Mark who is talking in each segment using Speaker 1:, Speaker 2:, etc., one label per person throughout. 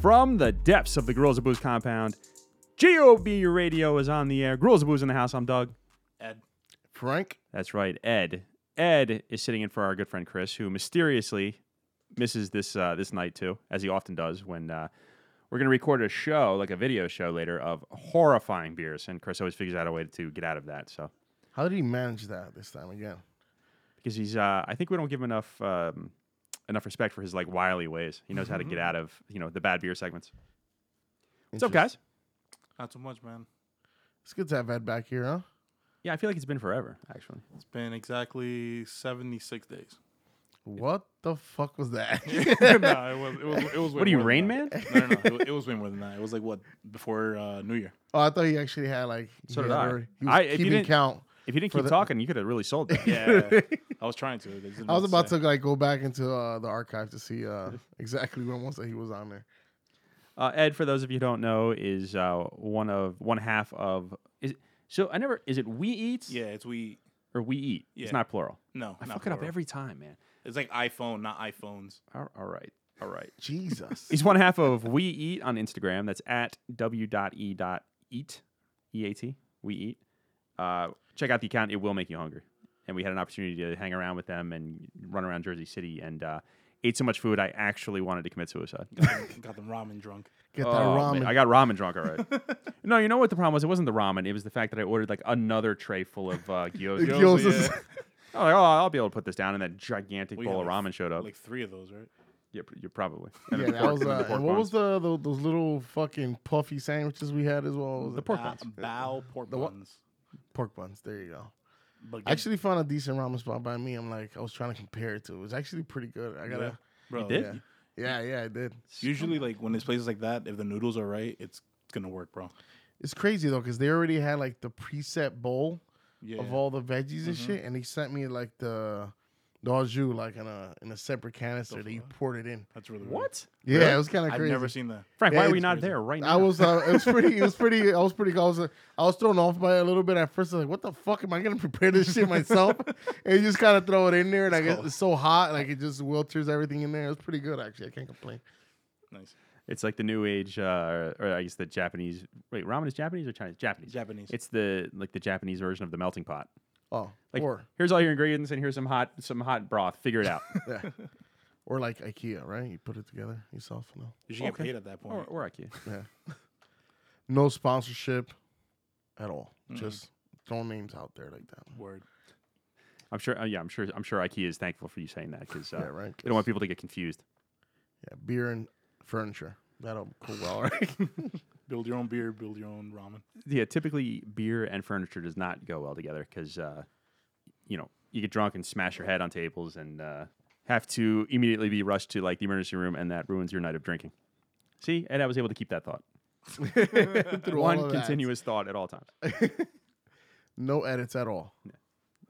Speaker 1: From the depths of the Girls of Booze compound, GOB Radio is on the air. Girls of Booze in the house. I'm Doug.
Speaker 2: Ed.
Speaker 3: Frank,
Speaker 1: That's right, Ed. Ed is sitting in for our good friend Chris, who mysteriously misses this uh, this night too, as he often does when uh, we're going to record a show, like a video show later, of horrifying beers, and Chris always figures out a way to get out of that. So
Speaker 3: how did he manage that this time again?
Speaker 1: because he's, uh, I think we don't give him enough um, enough respect for his like wily ways. He knows how to get out of you know the bad beer segments. What's up,
Speaker 3: Interest-
Speaker 1: guys?
Speaker 2: Not so much, man.
Speaker 3: It's good to have Ed back here, huh?
Speaker 1: Yeah, I feel like it's been forever, actually.
Speaker 2: It's been exactly 76 days.
Speaker 3: What the fuck was that?
Speaker 2: no, it was, it was, it was way
Speaker 1: What are you,
Speaker 2: more than
Speaker 1: Rain Man?
Speaker 2: that. No, no, no. It, wa- it was way more than that. It was like, what, before uh, New Year?
Speaker 3: oh, I thought he actually had like he,
Speaker 1: So did
Speaker 3: had
Speaker 1: I.
Speaker 3: already- he was
Speaker 1: I- if you
Speaker 3: keeping
Speaker 1: didn't-
Speaker 3: count.
Speaker 1: If you didn't
Speaker 3: For
Speaker 1: keep
Speaker 3: the-
Speaker 1: talking, you could have really sold that.
Speaker 2: Yeah. I was trying to. They just didn't
Speaker 3: I was about
Speaker 2: say.
Speaker 3: to like go back into uh, the archive to see uh, exactly when was that he was on there.
Speaker 1: Uh, Ed, for those of you who don't know, is uh, one of one half of is so I never is it we eat
Speaker 2: Yeah, it's we.
Speaker 1: or we eat?
Speaker 2: Yeah.
Speaker 1: It's not plural.
Speaker 2: No,
Speaker 1: I
Speaker 2: not
Speaker 1: fuck it up
Speaker 2: plural.
Speaker 1: every time, man.
Speaker 2: It's like iPhone, not iPhones.
Speaker 1: All- all right, all right.
Speaker 3: Jesus.
Speaker 1: He's one half of we eat on Instagram. That's at w.e.eat e a t we eat. Uh, check out the account; it will make you hungry. And we had an opportunity to hang around with them and run around Jersey City and uh, ate so much food I actually wanted to commit suicide.
Speaker 2: Got them, got them ramen drunk.
Speaker 3: Get that
Speaker 1: Oh,
Speaker 3: ramen.
Speaker 1: man, I got ramen drunk. All right. no, you know what the problem was? It wasn't the ramen. It was the fact that I ordered like another tray full of uh,
Speaker 3: The
Speaker 1: gyoza.
Speaker 2: Gyoza,
Speaker 3: gyozas.
Speaker 2: yeah.
Speaker 1: I'm like, oh, I'll be able to put this down, and that gigantic
Speaker 2: Well, you
Speaker 1: bowl
Speaker 2: had,
Speaker 1: of
Speaker 2: like,
Speaker 1: ramen showed up.
Speaker 2: Like three of those, right?
Speaker 1: yeah, pr- you probably.
Speaker 3: Yeah,
Speaker 1: And then the
Speaker 3: that
Speaker 1: pork- and
Speaker 3: was.
Speaker 1: then
Speaker 3: Uh,
Speaker 1: the pork
Speaker 3: and what was
Speaker 1: buns.
Speaker 3: the, the those little fucking puffy sandwiches we had as well? Was
Speaker 1: The
Speaker 3: it
Speaker 1: pork
Speaker 2: Bow,
Speaker 1: buns.
Speaker 2: bow pork
Speaker 3: The what?
Speaker 2: buns.
Speaker 3: pork buns. There you go.
Speaker 2: But
Speaker 3: I actually found a decent ramen spot by me. I'm like, I was trying to compare it to. It was actually pretty good. I gotta.
Speaker 2: bro,
Speaker 1: did?
Speaker 3: Yeah. Yeah, yeah, I did.
Speaker 2: Usually, like when there's places like that, if the noodles are right, it's gonna work, bro.
Speaker 3: It's crazy though, because they already had like the preset bowl
Speaker 2: Yeah. Mm-hmm.
Speaker 3: of all the veggies and shit, and they sent me like the the au jus like in a in a separate canister that you poured it in.
Speaker 2: That's really weird.
Speaker 1: What?
Speaker 3: Yeah,
Speaker 2: Really?
Speaker 3: it was kind of
Speaker 2: I've
Speaker 3: crazy.
Speaker 2: never seen that.
Speaker 1: Frank,
Speaker 3: Yeah,
Speaker 1: why are we
Speaker 3: it's
Speaker 1: not
Speaker 2: crazy.
Speaker 1: there right now?
Speaker 3: I was uh, it was pretty it was pretty I was pretty I was uh, I was thrown off by it a little bit at first. I was like, what the fuck am I gonna prepare this shit myself? and you just kind of throw it in there, and I guess
Speaker 2: cool.
Speaker 3: it's so hot, like it just wilters everything in there. It was pretty good actually. I can't complain.
Speaker 2: Nice.
Speaker 1: It's like the new age, uh, or, or I guess the Japanese. Wait, ramen is Japanese or Chinese? Japanese.
Speaker 2: Japanese.
Speaker 1: It's the like the Japanese version of the melting pot.
Speaker 3: Oh,
Speaker 1: Like,
Speaker 3: or
Speaker 1: here's all your ingredients, and here's some hot some hot broth. Figure it out.
Speaker 3: yeah, or like IKEA, right? You put it together yourself. No,
Speaker 2: You should get
Speaker 1: Okay.
Speaker 2: paid at that point.
Speaker 1: or, or Ikea.
Speaker 3: yeah, no sponsorship at all.
Speaker 1: Mm.
Speaker 3: Just throw names out there like that.
Speaker 2: Word.
Speaker 1: I'm sure. Uh, yeah, I'm sure. I'm sure IKEA is thankful for you saying that because uh,
Speaker 3: Yeah, right.
Speaker 1: they don't want people to get confused.
Speaker 3: Yeah, beer and furniture. That'll go well, right?
Speaker 2: Build your own beer. Build your own ramen.
Speaker 1: Yeah, typically beer and furniture does not go well together because uh, you know you get drunk and smash your head on tables and uh, have to immediately be rushed to like the emergency room, and that ruins your night of drinking. See, and I was able to keep that thought.
Speaker 3: Through all
Speaker 1: One
Speaker 3: of that.
Speaker 1: continuous thought at all times.
Speaker 3: No edits at all.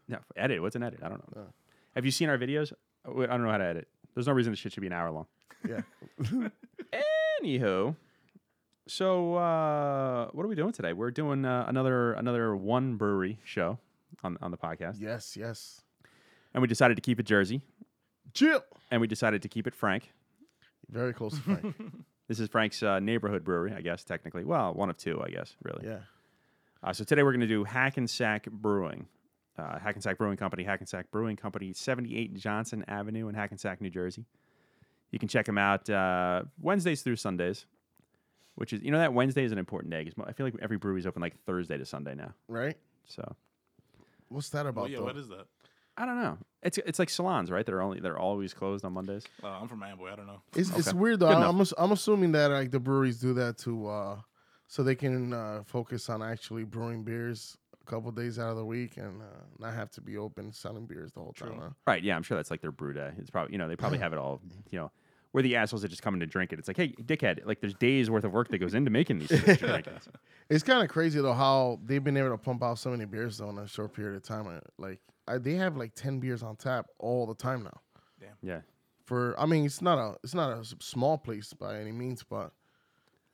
Speaker 1: No, edit. What's an edit? I don't know. Have you seen our videos? Uh, wait, I don't know how to edit. There's no reason this shit should be an hour long.
Speaker 3: Yeah.
Speaker 1: Anywho, so uh, what are we doing today? We're doing uh, another another one brewery show on on the podcast,
Speaker 3: Yes. Yes.
Speaker 1: and we decided to keep it Jersey,
Speaker 3: Chill.
Speaker 1: and we decided to keep it Frank.
Speaker 3: Very close, to Frank.
Speaker 1: This is Frank's uh, neighborhood brewery, I guess technically. Well, one of two, I guess, really.
Speaker 3: yeah.
Speaker 1: Uh, so today we're going to do Hackensack Brewing. Uh, Hackensack Brewing Company, Hackensack Brewing Company, 78 Johnson Avenue in Hackensack, New Jersey. You can check them out uh, Wednesdays through Sundays, which is, you know, that Wednesday is an important day 'cause mo- I feel like every brewery's open like Thursday to Sunday now.
Speaker 3: Right.
Speaker 1: So
Speaker 3: What's that about?
Speaker 2: Oh yeah.
Speaker 3: though?
Speaker 2: What is that?
Speaker 1: I don't know. It's it's like salons, right? They're only they're always closed on Mondays.
Speaker 2: Uh, I'm from Amboy. I don't know.
Speaker 3: It's, it's
Speaker 1: Okay.
Speaker 3: weird though.
Speaker 1: Good
Speaker 3: I-
Speaker 1: enough.
Speaker 3: I'm, ass- I'm assuming that like the breweries do that to uh, so they can uh, focus on actually brewing beers a couple days out of the week and uh, not have to be open selling beers the whole time.
Speaker 2: True.
Speaker 3: huh?
Speaker 1: Right? Yeah, I'm sure that's like their brew day. It's probably you know they probably have it all. You know, we're the assholes that just come in to drink it. It's like, hey, dickhead, like there's days worth of work that goes into making these. things to drink it.
Speaker 3: It's kind of crazy though how they've been able to pump out so many beers though in a short period of time. Uh, Like I, they have like ten beers on tap all the time now.
Speaker 1: Yeah.
Speaker 3: For I mean, it's not a it's not a s- small place by any means, but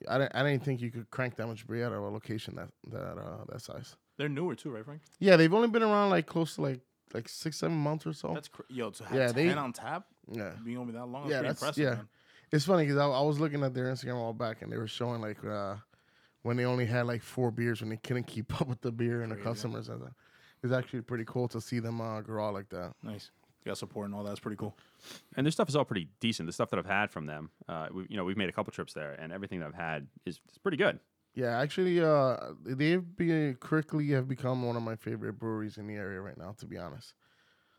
Speaker 3: I didn't, I didn't think you could crank that much beer out of a location that that uh, that size.
Speaker 2: They're newer too, right, Frank?
Speaker 3: Yeah, they've only been around like close to like like six seven months or so.
Speaker 2: That's cr- yo. To have
Speaker 3: Oh. Yeah,
Speaker 2: ten
Speaker 3: they-
Speaker 2: on tap,
Speaker 3: yeah,
Speaker 2: being only that long.
Speaker 3: yeah,
Speaker 2: pretty
Speaker 3: that's
Speaker 2: impressive,
Speaker 3: yeah.
Speaker 2: Man.
Speaker 3: It's funny because I, I was looking at their Instagram all back, and they were showing like uh, when they only had like four beers when they couldn't keep up with the beer and the
Speaker 2: Crazy.
Speaker 3: customers. And that. It's actually pretty cool to see them uh, grow out like that.
Speaker 2: Nice. You got support and all that's pretty cool.
Speaker 1: and their stuff is all pretty decent. The stuff that I've had from them, uh, we, you know, we've made a couple trips there, and everything that I've had is, is pretty good.
Speaker 3: Yeah, actually, uh, they've been quickly have become one of my favorite breweries in the area right now. To be honest,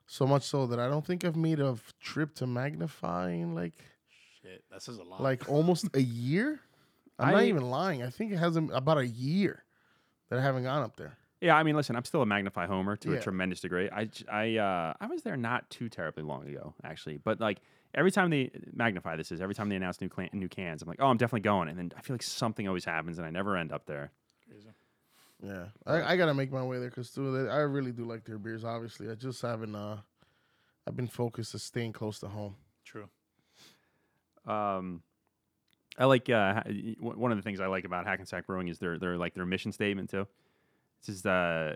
Speaker 3: so much so that I don't think I've made a f- trip to Magnify in like
Speaker 2: Shit, that says a lot.
Speaker 3: like almost a year. I'm not
Speaker 1: I-
Speaker 3: even lying. I think it has um, about a year that I haven't gone up there.
Speaker 1: Yeah, I mean, listen, I'm still a Magnify homer to a
Speaker 3: Yeah.
Speaker 1: tremendous degree. I j- I uh, I was there not too terribly long ago, actually, but like every time they Magnify, this is every time they announce new clan, new cans, I'm like, oh, I'm definitely going, and then I feel like something always happens, and I never end up there.
Speaker 2: Crazy.
Speaker 3: Yeah, I, I gotta make my way there because too, they- I really do like their beers. Obviously, I just haven't. Uh, I've been focused to staying close to home.
Speaker 2: True.
Speaker 1: Um, I like uh, ha- y- one- one of the things I like about Hackensack Brewing is their their like their mission statement too. This is uh,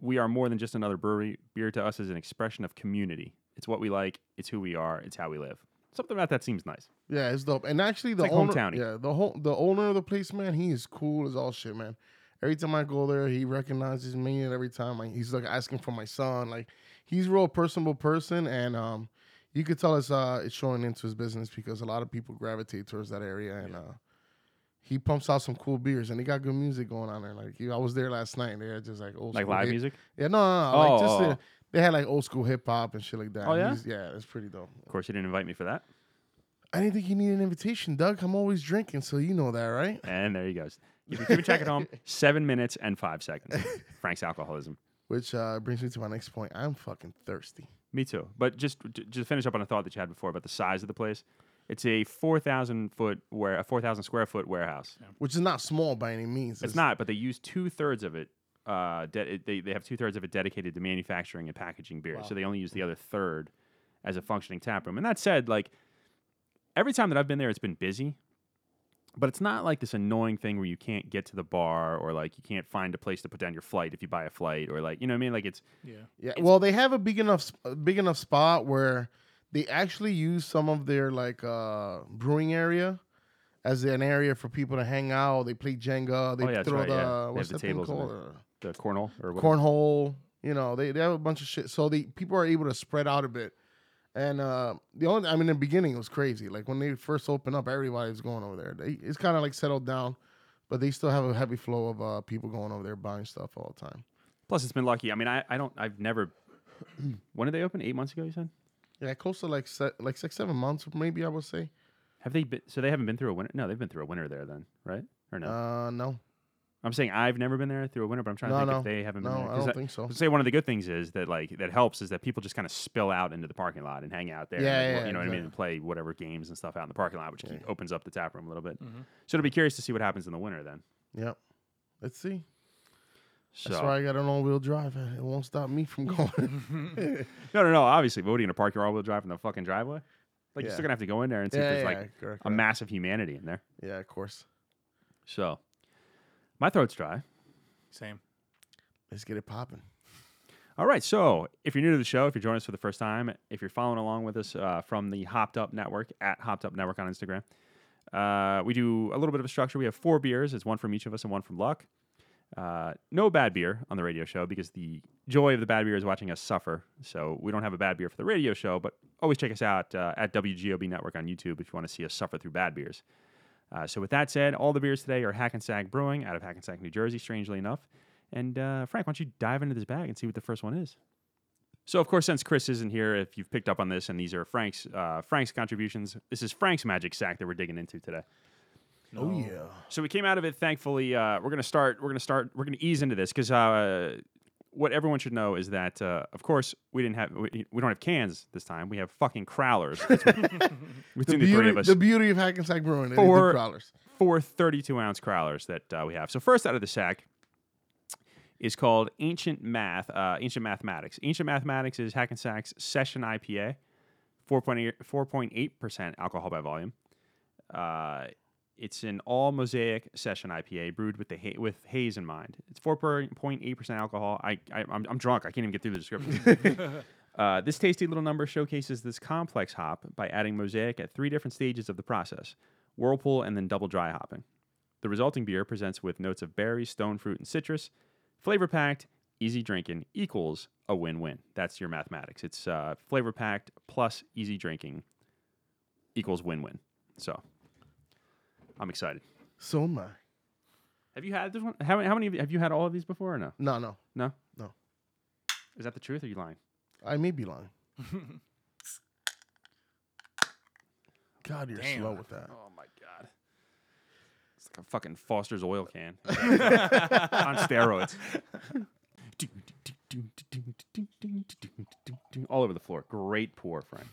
Speaker 1: we are more than just another brewery. Beer to us is an expression of community. It's what we like. It's who we are. It's how we live. Something about that seems nice.
Speaker 3: Yeah, it's dope. And actually, the
Speaker 1: like
Speaker 3: owner,
Speaker 1: hometowny.
Speaker 3: yeah, the whole the owner of the place, man, he is cool as all shit, man. Every time I go there, he recognizes me, and every time like, he's like asking for my son. Like, he's a real personable person, and um, you could tell it's uh, it's showing into his business because a lot of people gravitate towards that area, and uh, he pumps out some cool beers, and he got good music going on there. Like, he, I was there last night, and they had just like old
Speaker 1: Like
Speaker 3: school
Speaker 1: live
Speaker 3: hip-
Speaker 1: music.
Speaker 3: Yeah, no, no, no. like just
Speaker 1: Oh,
Speaker 3: uh,
Speaker 1: oh.
Speaker 3: they had like old school hip hop and shit like that.
Speaker 1: Oh, yeah?
Speaker 3: He's- yeah, it's pretty dope.
Speaker 1: Of course, you didn't invite me for that.
Speaker 3: I didn't think you need an invitation, Doug. I'm always drinking, so you know that, right?
Speaker 1: And there he goes. You can keep a track at home. Seven minutes and five seconds. Frank's alcoholism.
Speaker 3: Which uh, brings me to my next point. I'm fucking thirsty.
Speaker 1: Me too. But just j- just finish up on a thought that you had before about the size of the place. It's a four thousand foot where a four thousand square foot warehouse.
Speaker 3: Which is not small by any means.
Speaker 1: It's not, but they use two thirds of it. Uh, de- it- they they have two thirds of it dedicated to manufacturing and packaging beer. So they only use the other third as a functioning tap room. And that said, like every time that I've been there, it's been busy. But it's not like this annoying thing where you can't get to the bar or like you can't find a place to put down your flight if you buy a flight or like you know what I mean. Like it's
Speaker 2: Yeah.
Speaker 3: Yeah. Well, they have a big enough, sp- a big enough spot where they actually use some of their like uh, brewing area as an area for people to hang out. They play Jenga. They
Speaker 1: Oh, yeah, that's
Speaker 3: throw
Speaker 1: right,
Speaker 3: the
Speaker 1: yeah. They have
Speaker 3: what's
Speaker 1: the
Speaker 3: that thing
Speaker 1: tables in
Speaker 3: called?
Speaker 1: there.
Speaker 3: Uh,
Speaker 1: the cornhole or whatever.
Speaker 3: cornhole. You know, they, they have a bunch of shit. So they people are able to spread out a bit. And uh, the only I mean, in the beginning it was crazy. Like when they first opened up, everybody was going over there. They, it's kind of like settled down, but they still have a heavy flow of uh, people going over there buying stuff all the time.
Speaker 1: Plus, it's been lucky. I mean, I, I don't. I've never. when did they open? Eight months ago, you said.
Speaker 3: Yeah, close to like se- like six seven months maybe I would say.
Speaker 1: Have they been? So they haven't been through a winter. No, they've been through a winter there then, right? Or no?
Speaker 3: Uh, no,
Speaker 1: I'm saying I've never been there through a winter, but I'm trying to
Speaker 3: No,
Speaker 1: think
Speaker 3: no.
Speaker 1: if they haven't
Speaker 3: no,
Speaker 1: been there.
Speaker 3: I
Speaker 1: 'Cause
Speaker 3: don't think so.
Speaker 1: I say one of the good things is that like that helps is that people just kind of spill out into the parking lot and hang out there. and,
Speaker 3: Yeah,
Speaker 1: like,
Speaker 3: yeah,
Speaker 1: wa-
Speaker 3: yeah,
Speaker 1: you know what I
Speaker 3: exactly.
Speaker 1: mean, and play whatever games and stuff out in the parking lot, which
Speaker 3: Yeah.
Speaker 1: opens up the tap room a little bit.
Speaker 2: Mhm.
Speaker 1: So it'll be curious to see what happens in the winter then.
Speaker 3: Yep. Let's see.
Speaker 1: So
Speaker 3: That's why I got an all wheel drive. It won't stop me from going.
Speaker 1: no, no, no. Obviously, but what are you gonna park your all-wheel drive in the fucking driveway? Like you're still
Speaker 3: Yeah.
Speaker 1: gonna have to go in there and see if
Speaker 3: yeah,
Speaker 1: there's
Speaker 3: yeah,
Speaker 1: like
Speaker 3: correct,
Speaker 1: a
Speaker 3: correct.
Speaker 1: massive humanity in there.
Speaker 3: yeah, of course.
Speaker 1: So my throat's dry.
Speaker 2: Same.
Speaker 3: Let's get it popping.
Speaker 1: All right. So if you're new to the show, if you're joining us for the first time, if you're following along with us uh, from the Hopped Up Network at Hopped Up Network on Instagram, uh, we do a little bit of a structure. We have four beers. It's one from each of us and one from Luck. Uh, no bad beer on the radio show because the joy of the bad beer is watching us suffer. So we don't have a bad beer for the radio show, but always check us out uh, at WGOB Network on YouTube if you want to see us suffer through bad beers. Uh, so with that said, all the beers today are Hackensack Brewing out of Hackensack, New Jersey, strangely enough. And uh, Frank, why don't you dive into this bag and see what the first one is? So of course, since Chris isn't here, if you've picked up on this, and these are Frank's uh, Frank's contributions, this is Frank's magic sack that we're digging into today.
Speaker 3: Oh
Speaker 2: No.
Speaker 3: yeah.
Speaker 1: So we came out of it. Thankfully, uh, we're gonna start. We're gonna start. We're gonna ease into this because uh, what everyone should know is that, uh, of course, we didn't have we, we don't have cans this time. We have fucking crowlers That's what-
Speaker 3: The
Speaker 1: between the,
Speaker 3: beauty,
Speaker 1: three of us.
Speaker 3: the beauty of Hackensack Brewing. they do
Speaker 1: Four-
Speaker 3: crawlers.
Speaker 1: four 32 ounce crowlers that uh, we have. So first out of the sack is called Ancient Math, uh, Ancient Mathematics. Ancient Mathematics is Hackensack's Session IPA, 4.8 4.8% alcohol by volume. Uh, it's an all mosaic session IPA brewed with the ha- with haze in mind. It's 4.8% alcohol. I, I I'm, I'm drunk. I can't even get through the description. Uh, this tasty little number showcases this complex hop by adding mosaic at three different stages of the process whirlpool and then double dry hopping. The resulting beer presents with notes of berries, stone fruit, and citrus. Flavor packed, easy drinking equals a win win. That's your mathematics. It's uh, flavor packed plus easy drinking equals win win. So I'm excited.
Speaker 3: So am I.
Speaker 1: Have you had this one? How, how many of you, have you had all of these before or no?
Speaker 3: No, no.
Speaker 1: No?
Speaker 3: No.
Speaker 1: Is that the truth or are you lying?
Speaker 3: I may be lying. God, you're
Speaker 2: Damn.
Speaker 3: slow with that.
Speaker 1: Oh my god. It's like a fucking Foster's oil can. on steroids. All over the floor. Great pour, Frank.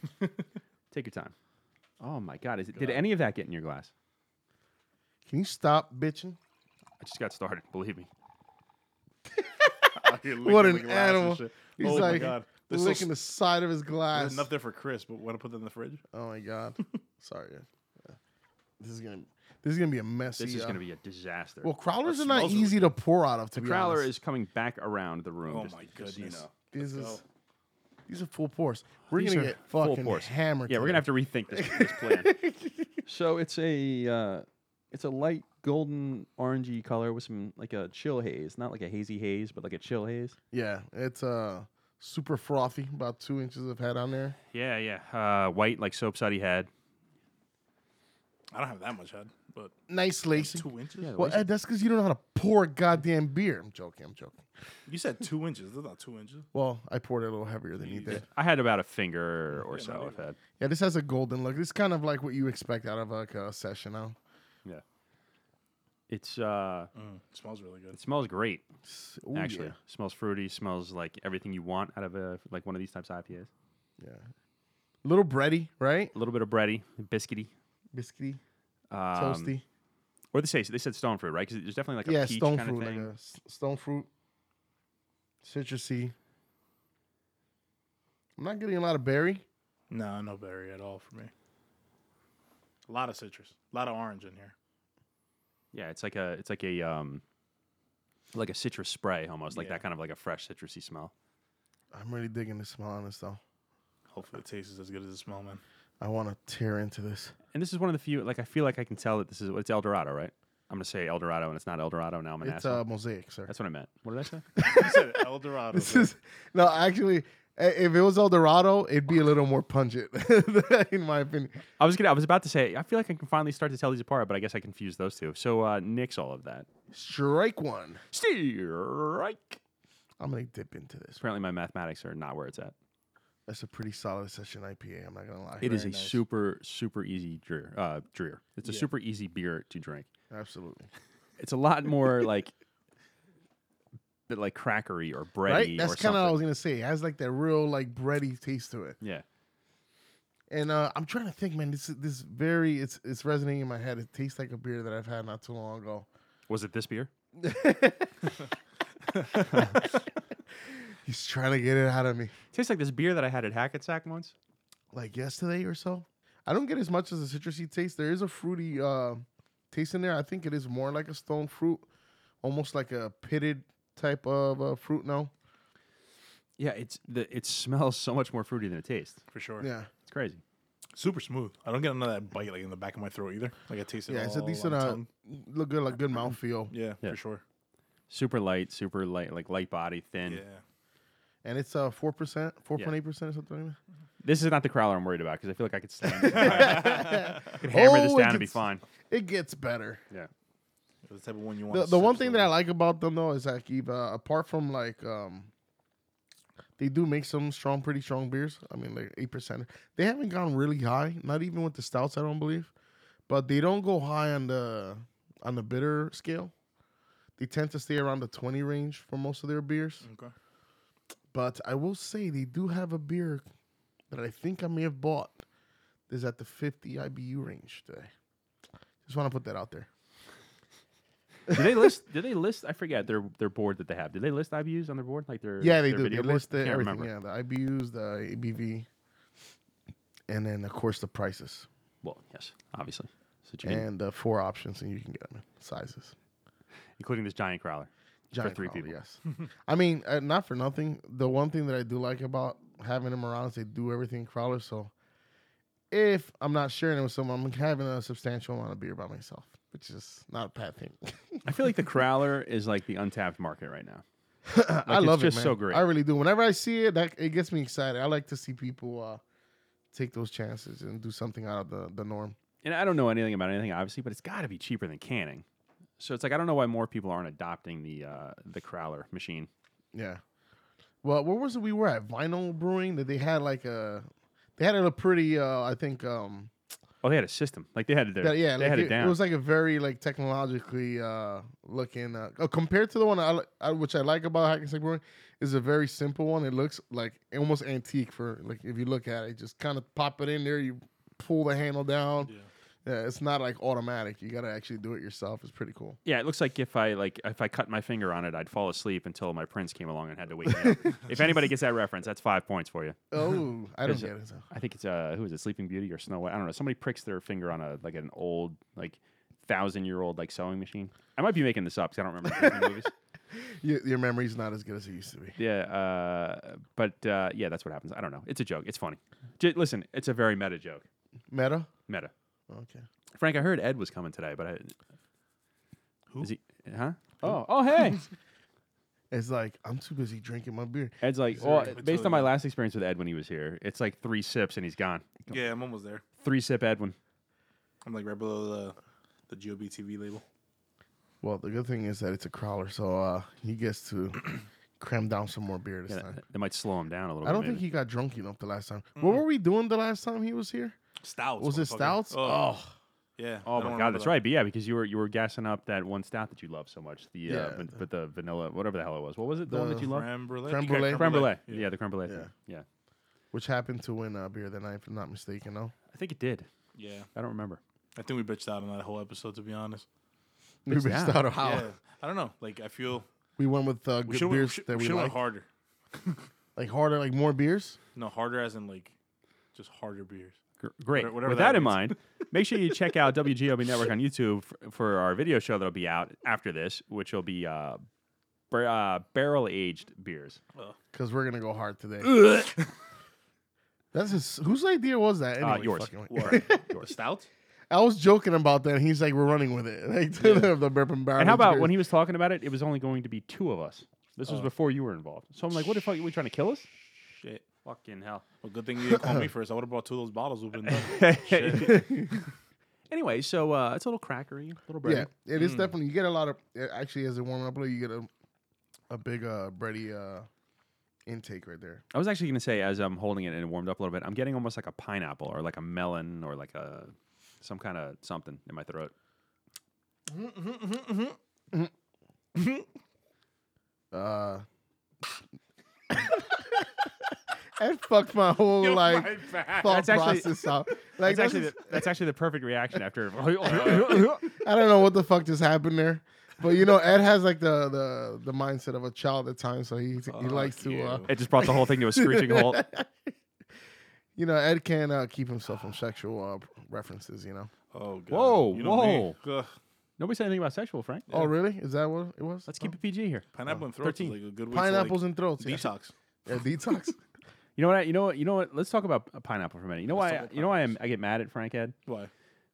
Speaker 1: Take your time. Oh my god, is it, did any of that get in your glass?
Speaker 3: Can you stop bitching?
Speaker 1: I just got started, believe me.
Speaker 2: Out here licking
Speaker 3: What
Speaker 2: the
Speaker 3: an
Speaker 2: glass and
Speaker 3: animal.
Speaker 2: shit.
Speaker 3: He's
Speaker 2: oh my
Speaker 3: like
Speaker 2: god. There's still
Speaker 3: licking the side of his
Speaker 2: There's
Speaker 3: glass.
Speaker 2: enough there for Chris, but want to put that in the fridge?
Speaker 3: Oh my god. Sorry. yeah. This is gonna this is gonna be a messy.
Speaker 1: This is
Speaker 3: uh,
Speaker 1: going to be a disaster.
Speaker 3: well, crowlers
Speaker 2: That
Speaker 3: are not
Speaker 2: smells really
Speaker 3: easy to pour out of. To
Speaker 1: the
Speaker 3: be
Speaker 1: crowler
Speaker 3: honest.
Speaker 1: is coming back around the room.
Speaker 2: Oh
Speaker 1: just-
Speaker 2: my
Speaker 1: just so
Speaker 2: goodness.
Speaker 1: you know.
Speaker 3: These
Speaker 2: Let's
Speaker 3: is
Speaker 2: go.
Speaker 3: these are full pours. We're
Speaker 1: These
Speaker 3: gonna
Speaker 1: are
Speaker 3: get
Speaker 1: full
Speaker 3: fucking
Speaker 1: pours.
Speaker 3: hammered.
Speaker 1: Yeah, we're gonna have to rethink this, this plan. So it's a uh, it's a light golden orangey color with some like a chill haze, not like a hazy haze, but like a chill haze.
Speaker 3: Yeah, it's uh super frothy, about two inches of head on there.
Speaker 1: Yeah, yeah. Uh, white like soap soddy head.
Speaker 2: I don't have that much head, but
Speaker 3: Nice lacing.
Speaker 2: two inches.
Speaker 1: Yeah,
Speaker 3: Well, Ed, that's because you don't know how to pour goddamn beer. I'm joking. I'm joking.
Speaker 2: You said two inches. That's not two inches.
Speaker 3: Well, I poured it a little heavier than you
Speaker 2: Yeah.
Speaker 3: did.
Speaker 1: I had about a finger or
Speaker 2: Yeah,
Speaker 1: so
Speaker 2: not
Speaker 1: of head.
Speaker 3: Yeah, this has a golden look. This is kind of like what you expect out of like a session. Now
Speaker 1: It's uh,
Speaker 2: Mm, it smells really good.
Speaker 1: it smells great.
Speaker 3: S- ooh,
Speaker 1: actually,
Speaker 3: yeah.
Speaker 1: smells fruity. Smells like everything you want out of a like one of these types of IPAs.
Speaker 3: yeah, little bready, right?
Speaker 1: A little bit of bready, biscuity,
Speaker 3: Biscuity,
Speaker 1: um,
Speaker 3: toasty.
Speaker 1: Or they say they said stone fruit, right? Because there's definitely like a
Speaker 3: yeah,
Speaker 1: peach
Speaker 3: stone
Speaker 1: kind
Speaker 3: fruit,
Speaker 1: of thing.
Speaker 3: like a s- stone fruit, citrusy. I'm not getting a lot of berry.
Speaker 2: No, no berry at all for me. A lot of citrus, a lot of orange in here.
Speaker 1: Yeah, it's like a it's like a um like a citrus spray almost, like
Speaker 2: Yeah.
Speaker 1: that kind of like a fresh citrusy smell.
Speaker 3: I'm really digging the smell on this though.
Speaker 2: Hopefully, it tastes as good as it smells, man.
Speaker 3: I want to tear into this.
Speaker 1: And this is one of the few like I feel like I can tell that this is it's El Dorado, right? I'm gonna say El Dorado and it's not El Dorado now I'm an
Speaker 3: it's
Speaker 1: asshole.
Speaker 3: uh, mosaic, sir.
Speaker 1: That's what I meant. What did I say?
Speaker 2: You said El Dorado.
Speaker 3: This
Speaker 2: but
Speaker 3: is no, actually, i- if it was El Dorado, it'd be a little more pungent, in my opinion.
Speaker 1: I was gonna I was about to say I feel like I can finally start to tell these apart, but I guess I confused those two. So uh nix all of that.
Speaker 3: Strike one.
Speaker 1: Strike.
Speaker 3: I'm gonna dip into this.
Speaker 1: Apparently my mathematics are not where it's at.
Speaker 3: That's a pretty solid session IPA. I'm not gonna lie.
Speaker 1: It is
Speaker 2: Very
Speaker 1: a
Speaker 2: nice.
Speaker 1: super, super easy dreer uh dreer. It's a
Speaker 2: Yeah.
Speaker 1: super easy beer to drink.
Speaker 3: absolutely
Speaker 1: It's a lot more like bit like crackery or bready
Speaker 3: right. That's
Speaker 1: or
Speaker 3: kind
Speaker 1: something.
Speaker 3: of what I was gonna say. It has like that real like bready taste to it.
Speaker 1: yeah.
Speaker 3: And uh, I'm trying to think, man. This this very it's it's resonating in my head. It tastes like a beer that I've had not too long ago.
Speaker 1: Was it this beer?
Speaker 3: He's trying to get it out of me.
Speaker 1: tastes like this beer that I had at Hackensack once.
Speaker 3: Like yesterday or so. I don't get as much as a citrusy taste. There is a fruity uh, taste in there. I think it is more like a stone fruit, almost like a pitted type of uh, fruit. No,
Speaker 1: Yeah, it's the it smells so much more fruity than it tastes.
Speaker 2: for sure.
Speaker 3: yeah,
Speaker 1: It's crazy.
Speaker 2: Super smooth. I don't get none of that bite like in the back of my throat either. Like I taste it.
Speaker 3: yeah.
Speaker 2: all
Speaker 3: It's a decent,
Speaker 2: on the
Speaker 3: uh,
Speaker 2: tongue.
Speaker 3: look good, like good mouthfeel,
Speaker 2: Yeah,
Speaker 1: Yeah.
Speaker 2: for sure.
Speaker 1: Super light, super light, like light body, thin.
Speaker 2: Yeah.
Speaker 3: and it's uh four percent, four point eight percent or something. Like
Speaker 1: This is not the crowler I'm worried about because I feel like I could stand. I could
Speaker 3: that.
Speaker 1: hammer this
Speaker 3: Oh, it
Speaker 1: down and be
Speaker 3: gets-
Speaker 1: fine.
Speaker 3: It gets better.
Speaker 2: The type of one you want.
Speaker 3: the,
Speaker 2: to
Speaker 3: the one
Speaker 2: sip
Speaker 3: thing
Speaker 2: slowly.
Speaker 3: that I like about them though is that keep uh, apart from like um, they do make some strong, pretty strong beers. I mean, like eight percent. They haven't gone really high. Not even with the stouts, I don't believe. But they don't go high on the on the bitter scale. They tend to stay around the twenty range for most of their beers.
Speaker 2: Okay.
Speaker 3: But I will say they do have a beer that I think I may have bought. Is at the fifty IBU range today. Just want to put that out there.
Speaker 1: Do they list? Do they list? I forget their their board that they have. Do they list IBUs on their board? Like their
Speaker 3: Yeah, they
Speaker 1: their
Speaker 3: do. They
Speaker 1: video board?
Speaker 3: list the,
Speaker 1: Can't
Speaker 3: everything.
Speaker 1: remember.
Speaker 3: Yeah, the IBUs, the ABV, and then of course the prices
Speaker 1: Well, yes, obviously. So you can,
Speaker 3: and uh, four options, and you can get them in sizes.
Speaker 1: including this giant crowler
Speaker 3: Giant
Speaker 1: for three
Speaker 3: Crawler,
Speaker 1: people.
Speaker 3: Yes. I mean, uh, not for nothing. The one thing that I do like about having them around. They do everything crawler. So if I'm not sharing it with someone, I'm having a substantial amount of beer by myself, which is not a bad thing.
Speaker 1: I feel like the Crowler is like the untapped market right now.
Speaker 3: I
Speaker 1: it's
Speaker 3: love
Speaker 1: just
Speaker 3: it, man.
Speaker 1: so great.
Speaker 3: I really do. Whenever I see it, that it gets me excited. I like to see people uh, take those chances and do something out of the, the norm.
Speaker 1: And I don't know anything about anything, obviously, but it's got to be cheaper than canning. So it's like I don't know why more people aren't adopting the uh, the Crowler machine.
Speaker 3: Yeah. Well, where was it we were at? Vinyl Brewing that they had like a they had a pretty uh I think um
Speaker 1: Oh, they had a system. Like they had it there.
Speaker 3: that- yeah,
Speaker 1: they
Speaker 3: like
Speaker 1: had it,
Speaker 3: it,
Speaker 1: down.
Speaker 3: was like a very like technologically uh looking uh oh, compared to the one I, li- I which I like about Hackensack Brewing is a very simple one. It looks like almost antique for like if you look at it, just kind of pop it in there, you pull the handle down.
Speaker 2: Yeah.
Speaker 3: Yeah, it's not like automatic. You got to actually do it yourself. It's pretty cool.
Speaker 1: yeah, it looks like if I like if I cut my finger on it, I'd fall asleep until my prince came along and had to wake me up. if anybody gets that reference, that's five points for you.
Speaker 3: Oh, I don't
Speaker 1: Is it-
Speaker 3: get it. so.
Speaker 1: I think it's uh who is it, Sleeping Beauty or Snow White? I don't know. Somebody pricks their finger on a like an old like thousand year old like sewing machine. I might be making this up because I don't remember Disney movies.
Speaker 3: Your, your memory's not as good as it used to be.
Speaker 1: Yeah, uh, but uh, yeah, that's what happens. I don't know. It's a joke. It's funny. J- listen, it's a very meta joke.
Speaker 3: Meta.
Speaker 1: Meta.
Speaker 3: Okay.
Speaker 1: Frank, I heard Ed was coming today, but I
Speaker 2: Who?
Speaker 1: is he? Huh? Oh, oh, hey.
Speaker 3: It's like I'm too busy drinking my beer.
Speaker 1: Ed's like,
Speaker 2: He's
Speaker 1: well,
Speaker 2: already
Speaker 1: based on
Speaker 2: told
Speaker 1: my
Speaker 2: you.
Speaker 1: last experience with Ed when he was here, it's like three sips and he's gone.
Speaker 2: Yeah, I'm almost there.
Speaker 1: Three sip Edwin.
Speaker 2: I'm like right below the the GOB TV label.
Speaker 3: Well, the good thing is that it's a crawler, so uh, he gets to cram down some more beer this
Speaker 1: Yeah,
Speaker 3: time.
Speaker 1: that, that might slow him down a little.
Speaker 3: I
Speaker 1: bit,
Speaker 3: don't think
Speaker 1: maybe.
Speaker 3: he got drunk enough the last time. What were we doing the last time he was here?
Speaker 2: Stouts.
Speaker 3: was it
Speaker 2: motherfucker.
Speaker 3: stouts?
Speaker 2: Oh,
Speaker 3: Oh,
Speaker 1: Oh
Speaker 2: yeah. I don't
Speaker 1: my
Speaker 2: remember
Speaker 1: god, that's
Speaker 2: that.
Speaker 1: right. But yeah, because you were you were gassing up that one stout that you love so much, the
Speaker 3: Yeah,
Speaker 1: uh, van- but the vanilla, whatever the hell it was. What was it? The, one that
Speaker 3: The
Speaker 1: you loved?
Speaker 2: Creme brulee.
Speaker 3: Creme
Speaker 2: You got
Speaker 3: brulee.
Speaker 1: Creme brulee.
Speaker 2: Yeah.
Speaker 1: Yeah. the creme brulee.
Speaker 3: Yeah.
Speaker 1: Yeah. yeah,
Speaker 3: which happened to win uh, beer that night, if I'm not mistaken. No,
Speaker 1: I think it did.
Speaker 2: Yeah.
Speaker 1: I don't remember.
Speaker 2: I think we bitched out on that whole episode, to be honest.
Speaker 3: we
Speaker 1: Mixed
Speaker 3: missed
Speaker 1: out.
Speaker 3: out on how
Speaker 2: Yeah. I don't know. Like, I feel
Speaker 3: we went with uh,
Speaker 2: we
Speaker 3: good
Speaker 2: should
Speaker 3: beers
Speaker 2: have
Speaker 3: that we
Speaker 2: went
Speaker 3: like,
Speaker 2: harder.
Speaker 3: like harder, like more beers.
Speaker 2: No, harder as in like just harder beers.
Speaker 1: Gr- Great.
Speaker 2: Whatever- whatever
Speaker 1: With
Speaker 2: that
Speaker 1: that, in
Speaker 2: means.
Speaker 1: mind, make sure you check out WGOB Network on YouTube for, for our video show that'll be out after this, which will be uh, bar- uh, barrel aged beers.
Speaker 3: Because we're gonna go hard today. That's his, whose idea was that?
Speaker 1: Uh,
Speaker 3: Anyway,
Speaker 1: yours.
Speaker 3: fucking-
Speaker 1: Correct. yours.
Speaker 2: Stouts?
Speaker 3: I was joking about that. And he's like, "We're running with it." Like the, the bourbon barrel.
Speaker 1: And how about when he was talking about it, it was only going to be two of us. This was before you were involved. So I'm like, what the fuck? Are you trying to kill us?
Speaker 2: Shit.
Speaker 1: Fucking hell.
Speaker 2: Well, good thing you didn't call me first. I would have brought two of those bottles. Would've been done.
Speaker 1: anyway, so uh, it's a little crackery, a little bread.
Speaker 3: Yeah, it
Speaker 1: Hmm.
Speaker 3: is definitely. You get a lot of uh, actually as it warm up, you get a a big uh bready uh intake right there.
Speaker 1: I was actually going to say, as I'm holding it and it warmed up a little bit, I'm getting almost like a pineapple or like a melon or like a some kind of something in my throat.
Speaker 3: Uh, that fucked my whole like thought
Speaker 1: That's actually-
Speaker 3: process out. Like
Speaker 1: That's actually the,
Speaker 3: just-
Speaker 1: that's actually the perfect reaction after.
Speaker 3: I don't know what the fuck just happened there. But you know, Ed has like the the, the mindset of a child at times, so he he likes to uh,
Speaker 1: it just brought the whole thing to a screeching halt.
Speaker 3: you know Ed can uh, keep himself from sexual uh, references. You know.
Speaker 2: Oh, God.
Speaker 1: Whoa,
Speaker 2: You know me. Ugh.
Speaker 1: Nobody said anything about sexual, Frank. Oh.
Speaker 3: Oh really? Is that what it was?
Speaker 1: Let's keep it PG here.
Speaker 2: Pineapple and throats is
Speaker 1: 13.
Speaker 2: like a good way
Speaker 3: pineapples
Speaker 2: to
Speaker 3: and throats.
Speaker 2: like,
Speaker 3: Yeah.
Speaker 2: detox.
Speaker 3: Yeah, detox.
Speaker 1: You know what? I, you know what? You know what? Let's talk about a pineapple for a minute. You know
Speaker 2: Let's
Speaker 1: why?
Speaker 2: talk about
Speaker 1: you know why I'm, I get mad at Frank Ed
Speaker 2: Why?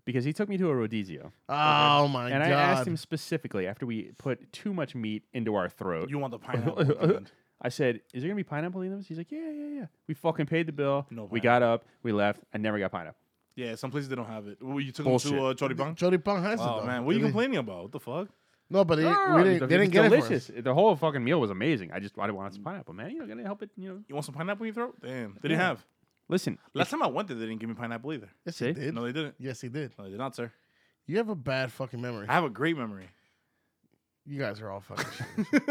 Speaker 1: because he took me to a rodizio
Speaker 3: Oh my
Speaker 1: and
Speaker 3: god!
Speaker 1: I asked him specifically after we put too much meat into our throat.
Speaker 2: You want the pineapple. at the end.
Speaker 1: I said, "Is there gonna be pineapple in this?" He's like, "Yeah, yeah, yeah." We fucking paid the bill.
Speaker 2: No
Speaker 1: we got up. We left. I never got pineapple.
Speaker 2: Yeah, some places they don't have it. Well, you took
Speaker 1: Bullshit.
Speaker 2: them to uh, Chori Bang?
Speaker 3: Jody Pong has it
Speaker 2: Oh,
Speaker 3: though.
Speaker 2: man. What are you
Speaker 3: They-
Speaker 2: complaining about? What the fuck?
Speaker 3: No, but they,
Speaker 1: No,
Speaker 3: we
Speaker 1: Oh, it
Speaker 3: didn't,
Speaker 1: was-
Speaker 3: they
Speaker 1: it was
Speaker 3: didn't get
Speaker 1: delicious.
Speaker 3: it
Speaker 1: The whole fucking meal was amazing. I just I didn't want some pineapple, man. You know, gonna help it. You know,
Speaker 2: You want some pineapple in your throat? Damn. They didn't
Speaker 1: Yeah.
Speaker 2: have.
Speaker 1: listen.
Speaker 2: Last time I went there, they didn't give me pineapple either.
Speaker 3: for us. Yes,
Speaker 1: See?
Speaker 3: he did.
Speaker 2: No, they didn't.
Speaker 3: yes, he did.
Speaker 2: No, they did not, sir.
Speaker 3: You have a bad fucking memory.
Speaker 2: I have a great memory.
Speaker 3: You guys are all fucking. shit.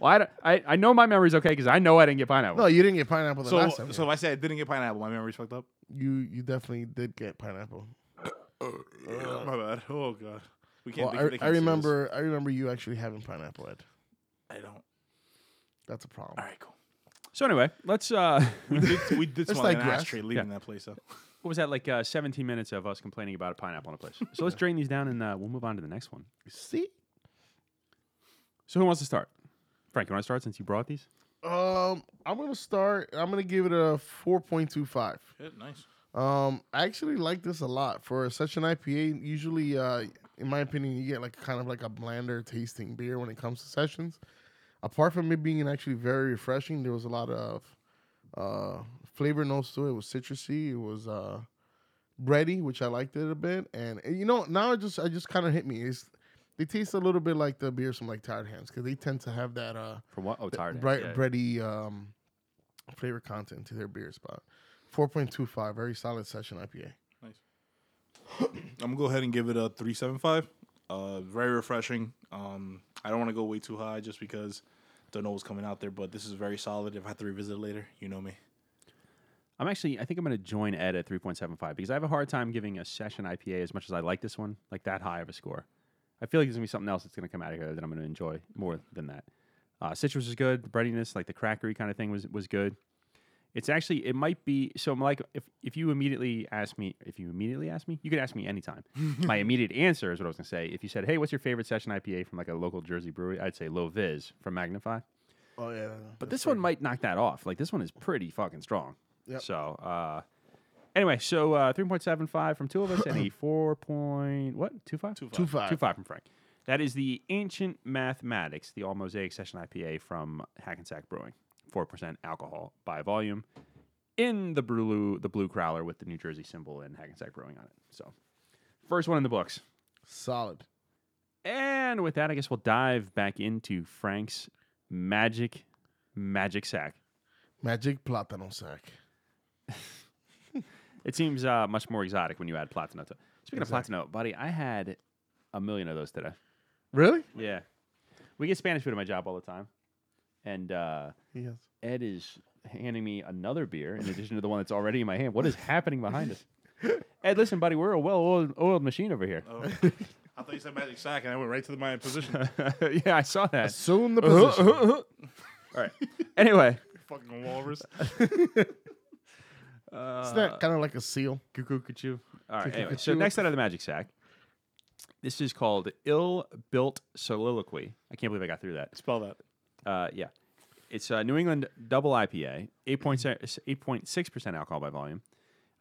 Speaker 1: Well, I, don't- I I know my memory's okay because I know I didn't get
Speaker 3: No,
Speaker 1: pineapple.
Speaker 3: you didn't get pineapple the
Speaker 2: So,
Speaker 3: last time.
Speaker 2: so if I say I didn't get pineapple, my memory's fucked up.
Speaker 3: you you definitely did get pineapple.
Speaker 2: my bad. Oh god, we can't.
Speaker 3: Well,
Speaker 2: they- they
Speaker 3: I, I
Speaker 2: can't see
Speaker 3: remember I remember you actually having pineapple. Ed.
Speaker 2: this. I don't.
Speaker 3: That's a problem.
Speaker 2: All right, cool.
Speaker 1: So anyway, let's. uh
Speaker 2: We did. We did
Speaker 3: Let's
Speaker 2: smell like an
Speaker 3: digress.
Speaker 2: ashtray leaving that place though.
Speaker 1: What was that like? Uh, Seventeen minutes of us complaining about a pineapple in a place. So let's drain these down and uh, we'll move on to the next one.
Speaker 3: See,
Speaker 1: So who wants to start? Frank, you want to start since you brought these?
Speaker 3: Um, I'm gonna start. I'm gonna give it a four point two five.
Speaker 2: Good, nice.
Speaker 3: Um, I actually like this a lot for such an IPA. Usually, uh, in my opinion, you get like kind of like a blander tasting beer when it comes to sessions. Apart from it being actually very refreshing, there was a lot of uh, flavor notes to it. It was citrusy. It was uh, bready, which I liked it a bit. And and, you know, now it just I just kind of hit me. It's they taste a little bit like the beers from like Tired Hands because they tend to have that uh,
Speaker 1: From what? Oh, tired.
Speaker 3: Bre-
Speaker 1: Yeah.
Speaker 3: bready um, flavor content to their beer spot. 4.25, very solid session IPA.
Speaker 2: I'm gonna go ahead and give it a three seven five. Uh, very refreshing. Um, I don't want to go way too high just because don't know what's coming out there, but this is very solid. If I have to revisit it later, you know me.
Speaker 1: I'm actually, I think I'm going to join Ed at 3.75 because I have a hard time giving a session IPA as much as I like this one, like that high of a score. I feel like there's going to be something else that's going to come out of here that I'm going to enjoy more than that. Uh, citrus is good. The breadiness, like the crackery kind of thing, was was good. It's actually, it might be, so I'm like, if, if you immediately ask me, if you immediately ask me, you could ask me anytime. My immediate answer is what I was going to say. If you said, hey, what's your favorite session IPA from like a local Jersey brewery? I'd say Low Viz from Magnify.
Speaker 3: Oh, yeah.
Speaker 1: But this one might knock that off. Like this one is pretty fucking strong.
Speaker 3: Yep.
Speaker 1: So uh, anyway, so uh, three point seven five from two of us and a four point what two five two
Speaker 3: 2.5.
Speaker 1: two five from Frank. That is the Ancient Mathematics, the All Mosaic Session IPA from Hackensack Brewing, four percent alcohol by volume, in the blue the blue crowler with the New Jersey symbol and Hackensack Brewing on it. So first one in the books.
Speaker 3: Solid.
Speaker 1: And with that, I guess we'll dive back into Frank's magic magic sack.
Speaker 3: Magic Platano Sack.
Speaker 1: It seems uh, much more exotic when you add platino to. Speaking of platino, buddy, I had a million of those today.
Speaker 3: Really?
Speaker 1: Yeah, we get Spanish food at my job all the time, and uh,
Speaker 3: Yes.
Speaker 1: Ed is handing me another beer in addition to the one that's already in my hand. What is happening behind us? Ed, listen, buddy, we're a well-oiled oiled machine over here.
Speaker 2: Oh, I thought you said magic sack, and I went right to the, my position.
Speaker 1: yeah, I saw that.
Speaker 3: Assume the
Speaker 1: Uh-huh,
Speaker 3: position.
Speaker 1: All right. Anyway,
Speaker 2: Fucking walrus.
Speaker 3: Isn't that kind of like a seal?
Speaker 1: Cuckoo All right.
Speaker 3: Cuckoo,
Speaker 1: Anyway, so
Speaker 3: cuckoo.
Speaker 1: next out of the magic sack. This is called Ill Built Soliloquy. I can't believe I got through that.
Speaker 2: Spell that.
Speaker 1: Uh, yeah. It's uh, New England double IPA, 8.6% alcohol by volume.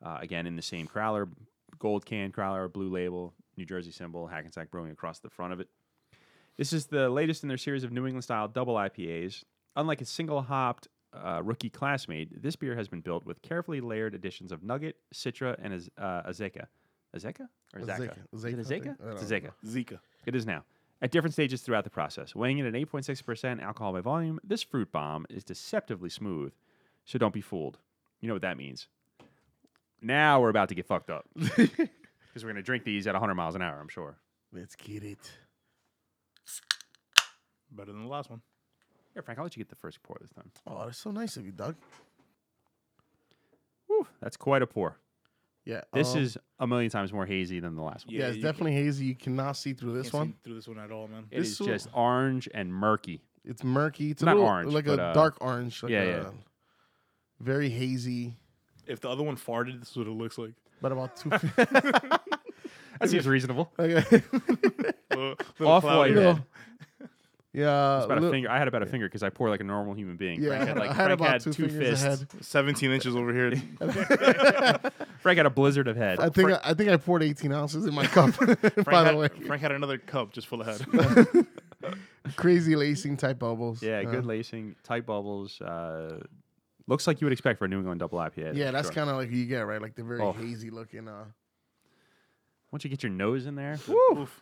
Speaker 1: Uh, again, in the same crowler, gold can crowler, blue label, New Jersey symbol, Hackensack Brewing across the front of it. This is the latest in their series of New England style double IPAs. Unlike its single hopped uh, rookie classmate, this beer has been built with carefully layered additions of Nugget, Citra, and Az- uh, Azeka. Azeka? Or Zaka?
Speaker 3: Azeka.
Speaker 1: Is it
Speaker 3: Azeka, I
Speaker 1: Azeka?
Speaker 3: think. I
Speaker 1: It's
Speaker 3: don't
Speaker 1: Azeka.
Speaker 2: Zika.
Speaker 1: It is now. At different stages throughout the process, weighing in at 8.6% alcohol by volume, this fruit bomb is deceptively smooth, so don't be fooled. You know what that means. Now we're about to get fucked up because we're going to drink these at 100 miles an hour, I'm sure.
Speaker 3: Let's get it.
Speaker 2: Better than the last one.
Speaker 1: Here, Frank, I'll let you get the first pour this time.
Speaker 3: Oh, that's so nice of you, Doug.
Speaker 1: Whew, that's quite a pour.
Speaker 3: Yeah.
Speaker 1: This
Speaker 3: um,
Speaker 1: is a million times more hazy than the last one.
Speaker 3: Yeah, it's
Speaker 2: you
Speaker 3: definitely hazy. You cannot see through
Speaker 2: can't
Speaker 3: this
Speaker 2: see
Speaker 3: one.
Speaker 2: through this one at all, man.
Speaker 1: It is
Speaker 3: this will-
Speaker 1: just orange and murky.
Speaker 3: It's murky. It's a
Speaker 1: Not
Speaker 3: little,
Speaker 1: orange,
Speaker 3: Like
Speaker 1: but,
Speaker 3: a
Speaker 1: uh,
Speaker 3: dark orange. Like
Speaker 1: yeah,
Speaker 3: a,
Speaker 1: yeah.
Speaker 3: Very hazy.
Speaker 2: If the other one farted, this is what it looks like.
Speaker 3: But about two.
Speaker 1: That seems reasonable.
Speaker 3: okay.
Speaker 2: Little- little
Speaker 1: Off
Speaker 2: cloudy.
Speaker 1: white. Ed.
Speaker 3: yeah.
Speaker 1: It's about a
Speaker 3: look-
Speaker 1: finger. I had about a finger because I pour like a normal human being.
Speaker 3: Yeah,
Speaker 1: Frank had, like,
Speaker 3: I had
Speaker 1: Frank
Speaker 3: about
Speaker 1: had
Speaker 3: two,
Speaker 1: two
Speaker 3: fingers
Speaker 1: fists.
Speaker 3: ahead.
Speaker 2: 17 inches over here.
Speaker 1: Frank had a blizzard of head.
Speaker 3: I think I, I think I poured 18 ounces in my cup. by
Speaker 2: Frank
Speaker 3: the way,
Speaker 2: had, Frank had another cup just full of head.
Speaker 3: crazy lacing type bubbles.
Speaker 1: Yeah,
Speaker 3: Uh,
Speaker 1: good lacing, tight bubbles. Uh, looks like you would expect for a New England double IPA.
Speaker 3: Yeah,
Speaker 1: for
Speaker 3: that's
Speaker 1: sure.
Speaker 3: kind of like what you get right, like the very
Speaker 1: Oh.
Speaker 3: hazy looking. Uh,
Speaker 1: Once you get your nose in there,
Speaker 2: Oof.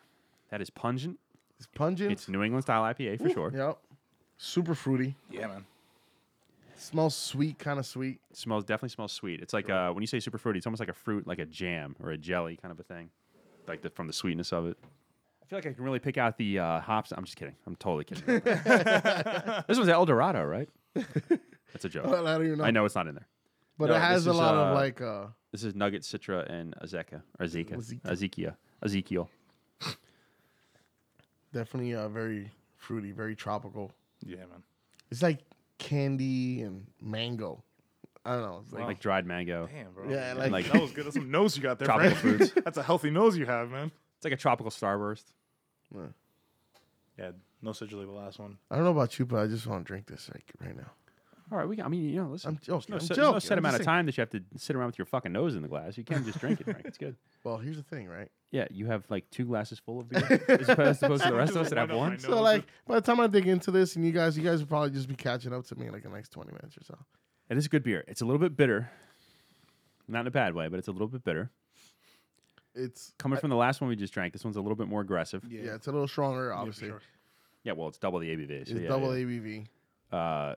Speaker 1: that is pungent.
Speaker 3: it's pungent.
Speaker 1: It's New England style IPA for sure.
Speaker 3: Yep. Super fruity.
Speaker 2: Yeah, man.
Speaker 3: Smells sweet, kind of sweet.
Speaker 1: It smells definitely smells sweet. It's like uh, when you say super fruity, it's almost like a fruit, like a jam or a jelly kind of a thing, like the, from the sweetness of it. I feel like I can really pick out the uh, hops. I'm just kidding. I'm totally kidding. about that. this one's El Dorado, right? That's a joke.
Speaker 3: Well, I don't even know.
Speaker 1: I know it's not in there.
Speaker 3: But
Speaker 1: No,
Speaker 3: it has
Speaker 1: this
Speaker 3: a
Speaker 1: is,
Speaker 3: lot
Speaker 1: uh,
Speaker 3: of like uh,
Speaker 1: This is Nugget, Citra, and Azeka or Zika,
Speaker 3: Azeka.
Speaker 1: Ezekiel, Ezekiel.
Speaker 3: definitely uh, very fruity, very tropical.
Speaker 2: Yeah, man.
Speaker 3: It's like candy and mango. I don't know. It's like,
Speaker 2: Wow.
Speaker 1: like dried mango.
Speaker 2: Damn, bro.
Speaker 3: Yeah,
Speaker 2: Damn,
Speaker 1: like-
Speaker 2: that was good. That's some nose you got there,
Speaker 1: Tropical
Speaker 2: Frank. That's a healthy nose you have, man.
Speaker 1: It's like a tropical starburst.
Speaker 3: uh,
Speaker 2: Yeah, no such like the last one.
Speaker 3: I don't know about you, but I just want to drink this like right now.
Speaker 1: All right, we. Got, I mean, you know, listen.
Speaker 3: I'm joking.
Speaker 1: no,
Speaker 3: I'm
Speaker 1: set,
Speaker 3: joking.
Speaker 1: no set
Speaker 3: I'm
Speaker 1: amount
Speaker 3: just
Speaker 1: of
Speaker 3: saying-
Speaker 1: time that you have to sit around with your fucking nose in the glass. You can't just drink it. Frank. It's good.
Speaker 3: Well, here's the thing, right?
Speaker 1: Yeah, you have like two glasses full of beer as opposed as opposed to the rest of us that have
Speaker 2: Just one on my
Speaker 1: one.
Speaker 2: nose.
Speaker 3: So like by the time I dig into this and you guys you guys will probably just be catching up to me in like the next twenty minutes or so.
Speaker 1: It is a good beer. It's a little bit bitter, not in a bad way, but it's a little bit bitter.
Speaker 3: It's
Speaker 1: Coming from the last one we just drank, this one's a little bit more aggressive.
Speaker 3: yeah, it's a little stronger,
Speaker 2: for
Speaker 3: obviously.
Speaker 2: sure.
Speaker 1: Yeah, well, it's double the ABV. So
Speaker 3: It's
Speaker 1: yeah,
Speaker 3: double
Speaker 1: yeah.
Speaker 3: ABV.
Speaker 1: Uh,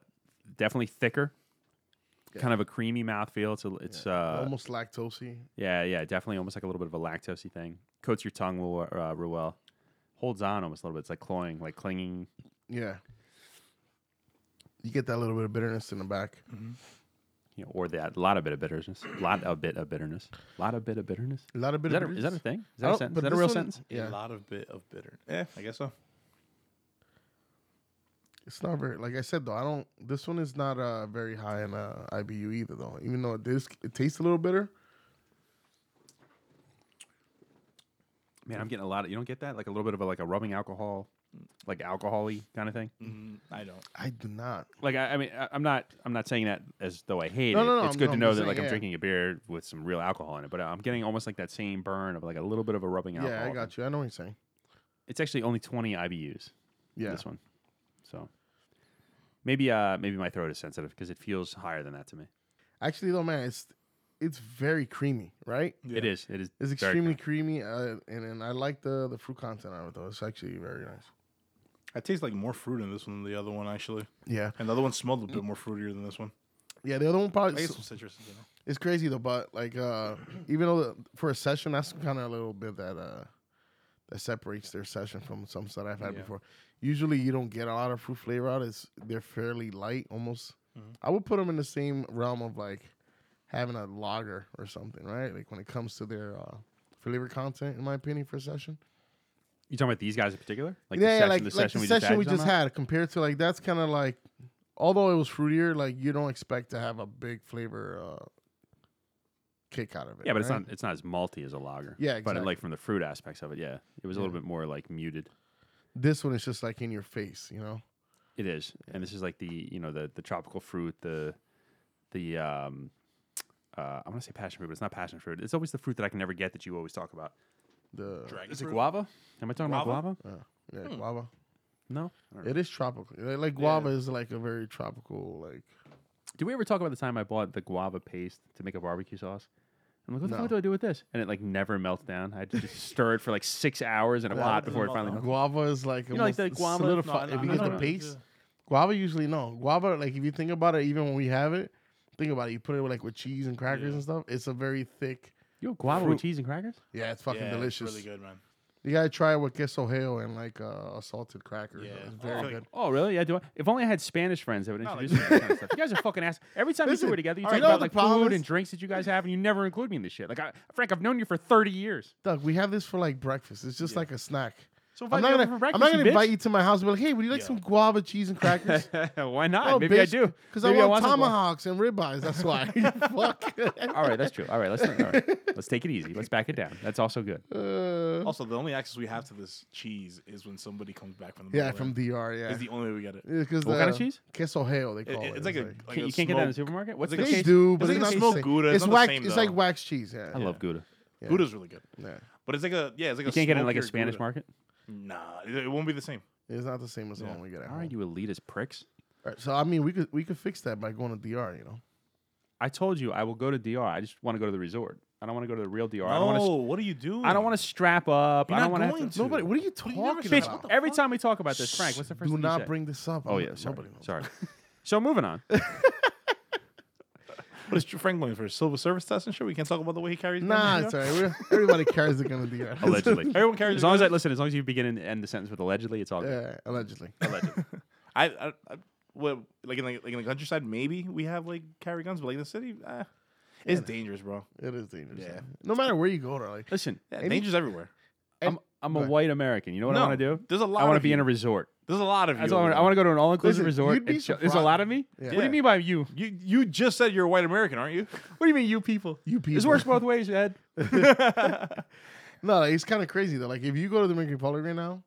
Speaker 1: definitely thicker.
Speaker 3: Yeah.
Speaker 1: Kind of a creamy mouthfeel. It's a, it's uh,
Speaker 3: Almost lactosey.
Speaker 1: Yeah, yeah, definitely almost like a little bit of a lactosey thing. Coats your tongue real, uh, real well. Holds on almost a little bit. It's like cloying, like clinging.
Speaker 3: Yeah. You get that little bit of bitterness in the back.
Speaker 1: You know, or that lot of bit of bitterness, lot of bit of bitterness, lot of bit of bitterness. Oh,
Speaker 3: A lot of
Speaker 1: Is
Speaker 3: bit
Speaker 1: that
Speaker 3: of
Speaker 1: a, is that a thing? Is that
Speaker 3: I
Speaker 1: a
Speaker 3: don't-
Speaker 1: sentence? Is
Speaker 3: but
Speaker 1: that a
Speaker 3: this
Speaker 1: real
Speaker 3: one-
Speaker 1: sentence?
Speaker 2: A
Speaker 3: Yeah.
Speaker 2: lot of bit of bitter. Yeah, I guess so.
Speaker 3: It's not very like I said though. I don't. This one is not uh, very high in uh, IBU either though. Even though it is, it tastes a little bitter.
Speaker 1: Man, I'm getting a lot of. You don't get that? Like a little bit of a, like a rubbing alcohol, like alcoholy kind of thing.
Speaker 2: Mm, I don't.
Speaker 3: I do not.
Speaker 1: Like I, I mean, I, I'm not I'm not saying that as though I hate
Speaker 3: No,
Speaker 1: it.
Speaker 3: no, no,
Speaker 1: it's
Speaker 3: I'm-
Speaker 1: good
Speaker 3: no,
Speaker 1: to
Speaker 3: I'm
Speaker 1: know
Speaker 3: just
Speaker 1: that
Speaker 3: saying,
Speaker 1: like I'm
Speaker 3: yeah.
Speaker 1: drinking a beer with some real alcohol in it, but I'm getting almost like that same burn of like a little bit of a rubbing alcohol.
Speaker 3: Yeah, I got you. I know what you're saying.
Speaker 1: It's actually only 20 IBUs.
Speaker 3: Yeah,
Speaker 1: this one. So maybe uh maybe my throat is sensitive because it feels higher than that to me.
Speaker 3: actually though, man, it's it's very creamy, right?
Speaker 1: It
Speaker 2: Yeah.
Speaker 1: is. It is.
Speaker 3: It's
Speaker 1: very
Speaker 3: extremely creamy, uh, and and I like the the fruit content of it though. It's actually very nice.
Speaker 2: I taste like more fruit in this one than the other one actually.
Speaker 3: Yeah,
Speaker 2: And the other one smelled a bit more fruitier than this one.
Speaker 3: yeah. The other one
Speaker 2: I
Speaker 3: probably
Speaker 2: guess
Speaker 3: it's,
Speaker 2: some citrus. in there.
Speaker 3: it's crazy though, but like uh, even though the, for a session, that's kind of a little bit that uh that separates their session from some that I've had
Speaker 2: Yeah.
Speaker 3: before. Usually, you don't get a lot of fruit flavor out. It's they're fairly light, almost. I would put them in the same realm of like having a lager or something, right? Like when it comes to their uh, flavor content, in my opinion, for a session.
Speaker 1: You talking about these guys in particular? Like
Speaker 3: yeah, yeah,
Speaker 1: the session,
Speaker 3: like
Speaker 1: the
Speaker 3: like
Speaker 1: session
Speaker 3: the
Speaker 1: we just,
Speaker 3: session
Speaker 1: had,
Speaker 3: we
Speaker 1: you talking
Speaker 3: just
Speaker 1: about?
Speaker 3: had compared to like that's kind of like, although it was fruitier, like you don't expect to have a big flavor uh, kick out of it.
Speaker 1: Yeah, but it's
Speaker 3: right?
Speaker 1: not it's not as malty as a lager.
Speaker 3: Yeah,
Speaker 1: But it,
Speaker 3: exactly.
Speaker 1: like from the fruit aspects of it, yeah, it was a little
Speaker 3: Yeah.
Speaker 1: bit more like muted.
Speaker 3: This one is just like in your face, you know.
Speaker 1: It is, and this is like the you know the the tropical fruit, the the um uh I want to say passion fruit, but it's not passion fruit. It's always the fruit that I can never get that you always talk about.
Speaker 3: The
Speaker 2: Dragon
Speaker 1: Is it
Speaker 2: fruit?
Speaker 1: guava? Am I talking about
Speaker 2: Guava?
Speaker 1: guava?
Speaker 3: yeah,
Speaker 1: Hmm.
Speaker 3: guava.
Speaker 1: No. I don't know.
Speaker 3: It is tropical. Like, like guava is like a very tropical like.
Speaker 1: Did we ever talk about the time I bought the guava paste to make a barbecue sauce? I'm like, what the
Speaker 3: No.
Speaker 1: fuck do I do with this? And it like never melts down. I had to just stir it for like six hours in a
Speaker 2: No, it
Speaker 1: pot
Speaker 2: doesn't
Speaker 1: before it
Speaker 2: melt
Speaker 1: finally
Speaker 2: down.
Speaker 1: melts.
Speaker 3: Guava is like
Speaker 1: You know, like the
Speaker 3: almost
Speaker 1: guava-
Speaker 3: solidified.
Speaker 2: No, no,
Speaker 3: if you
Speaker 1: no,
Speaker 3: get
Speaker 1: no,
Speaker 3: the
Speaker 1: no.
Speaker 3: paste, guava usually no. Guava like if you think about it, even when we have it, think about it. You put it with, like with cheese and crackers
Speaker 2: Yeah.
Speaker 3: and stuff. It's a very thick.
Speaker 1: You know, guava
Speaker 3: Fruit.
Speaker 1: with cheese and crackers?
Speaker 3: Yeah, it's fucking
Speaker 2: Yeah, it's
Speaker 3: delicious.
Speaker 2: really good, man.
Speaker 3: You gotta try it with queso hail and like uh, a salted cracker.
Speaker 2: Yeah.
Speaker 3: It's
Speaker 2: Oh, I
Speaker 3: very
Speaker 2: feel
Speaker 3: good.
Speaker 1: Oh, really? Yeah. Do I? If only I had Spanish friends that would
Speaker 2: No, like-
Speaker 1: introduce me to that kind of stuff. You guys are fucking ass. Every time
Speaker 3: Listen,
Speaker 1: you two are together, you
Speaker 3: all
Speaker 1: talk
Speaker 3: right, you know
Speaker 1: about
Speaker 3: what
Speaker 1: like
Speaker 3: the problem
Speaker 1: food
Speaker 3: is?
Speaker 1: and drinks that you guys have, and you never include me in this shit. Like, I, Frank, I've known you for 30 years.
Speaker 3: Doug, we have this for like breakfast. It's just like a snack.
Speaker 1: So you
Speaker 3: I'm not, gonna,
Speaker 1: over for breakfast,
Speaker 3: I'm not gonna
Speaker 1: you
Speaker 3: invite you to my house and be like, hey, would you like
Speaker 2: Yeah.
Speaker 3: some guava, cheese, and crackers?
Speaker 1: bitch? Why not?
Speaker 3: No,
Speaker 1: Maybe I
Speaker 3: Oh, bitch,
Speaker 1: do.
Speaker 3: Because I
Speaker 1: Maybe
Speaker 3: want
Speaker 1: some-
Speaker 3: tomahawks and ribeyes. That's why. Fuck.
Speaker 1: All right, that's true. All right, let's all right. let's take it easy. Let's back it down. That's also good.
Speaker 3: Uh,
Speaker 2: Also, the only access we have to this cheese is when somebody comes back from the
Speaker 3: yeah,
Speaker 2: motherland.
Speaker 3: from DR. Yeah.
Speaker 2: It's the only way we get it.
Speaker 3: Because
Speaker 1: What kind of cheese?
Speaker 3: Queso hail, they
Speaker 2: It-
Speaker 3: call it.
Speaker 2: it's like a like
Speaker 1: Can't-
Speaker 2: a
Speaker 1: you can't get that in the
Speaker 2: smoked-
Speaker 1: supermarket. What's
Speaker 2: like
Speaker 1: the
Speaker 2: a-
Speaker 3: they
Speaker 1: case?
Speaker 3: do,
Speaker 2: it's
Speaker 3: but it's,
Speaker 2: like a
Speaker 3: not
Speaker 2: smoked
Speaker 3: smoked.
Speaker 2: Gouda. It's
Speaker 3: It's,
Speaker 2: not the
Speaker 3: wax.
Speaker 2: same,
Speaker 3: it's
Speaker 2: though.
Speaker 3: like wax cheese. Yeah.
Speaker 1: I love Gouda.
Speaker 3: yeah.
Speaker 2: Gouda's really good,
Speaker 3: Yeah.
Speaker 2: but it's like a yeah, it's like
Speaker 1: You
Speaker 2: a
Speaker 1: can't get it in like a
Speaker 2: smokier
Speaker 1: Spanish
Speaker 2: Gouda.
Speaker 1: market.
Speaker 2: Nah, it, it won't be the same.
Speaker 3: It's not the same as the
Speaker 2: Yeah.
Speaker 3: one we get at
Speaker 1: All
Speaker 3: home.
Speaker 1: right, you elitist pricks.
Speaker 3: All right, so I mean, we could we could fix that by going to DR. You know.
Speaker 1: I told you I will go to DR. I just want to go to the resort. I don't want to go to the real DR. I don't want to.
Speaker 2: what are you doing?
Speaker 1: I don't want to strap up.
Speaker 2: You're
Speaker 1: I don't
Speaker 2: not
Speaker 1: want
Speaker 2: going
Speaker 1: to.
Speaker 2: to.
Speaker 3: Nobody. What are you
Speaker 2: you
Speaker 3: talking
Speaker 2: never said
Speaker 3: about?
Speaker 2: that.
Speaker 1: Bitch, every time we talk about this, Frank, what's the first
Speaker 3: Do
Speaker 1: thing
Speaker 3: not
Speaker 1: you say?
Speaker 3: bring this up.
Speaker 1: Oh
Speaker 3: I'm-
Speaker 1: yeah, sorry,
Speaker 3: Nobody knows.
Speaker 1: sorry. so moving on.
Speaker 2: What is Frank going for? Silver service test and shit. We can't talk about the way he carries.
Speaker 3: Nah,
Speaker 2: guns
Speaker 3: it's
Speaker 2: and
Speaker 3: alright. We're, everybody carries it gonna DR.
Speaker 1: Allegedly,
Speaker 2: shit? Everyone carries.
Speaker 1: as long as I
Speaker 2: guns.
Speaker 1: listen, as long as you begin and end the sentence with allegedly, it's all good.
Speaker 3: yeah, allegedly.
Speaker 1: Allegedly.
Speaker 2: I, I, I what, like in like, like in the countryside, maybe we have like carry guns, but like in the city, eh, it's dangerous, bro.
Speaker 3: It is dangerous.
Speaker 2: Yeah.
Speaker 3: No matter where you go, though, like
Speaker 1: Listen,
Speaker 2: Yeah,
Speaker 3: Maybe-
Speaker 2: dangerous everywhere.
Speaker 1: I'm I'm a
Speaker 3: Right.
Speaker 1: white American. You know what I
Speaker 2: No,
Speaker 1: want to do?
Speaker 2: There's a lot.
Speaker 1: I want to
Speaker 2: of
Speaker 1: be
Speaker 2: you.
Speaker 1: in a resort.
Speaker 2: There's a lot of
Speaker 1: That's
Speaker 2: you.
Speaker 1: all I
Speaker 2: over
Speaker 1: wanna- I
Speaker 2: there.
Speaker 1: want to go to an all inclusive
Speaker 3: Listen,
Speaker 1: resort.
Speaker 3: you'd be
Speaker 1: and show- There's a
Speaker 3: surprised.
Speaker 1: lot of me.
Speaker 3: Yeah.
Speaker 1: What do you mean by you?
Speaker 2: You you just said you're a white American, aren't you?
Speaker 1: What do you mean you people?
Speaker 3: you people.
Speaker 1: This works both ways, Ed.
Speaker 3: No, like, it's kind of crazy though. Like if you go to the Dominican Republic right now,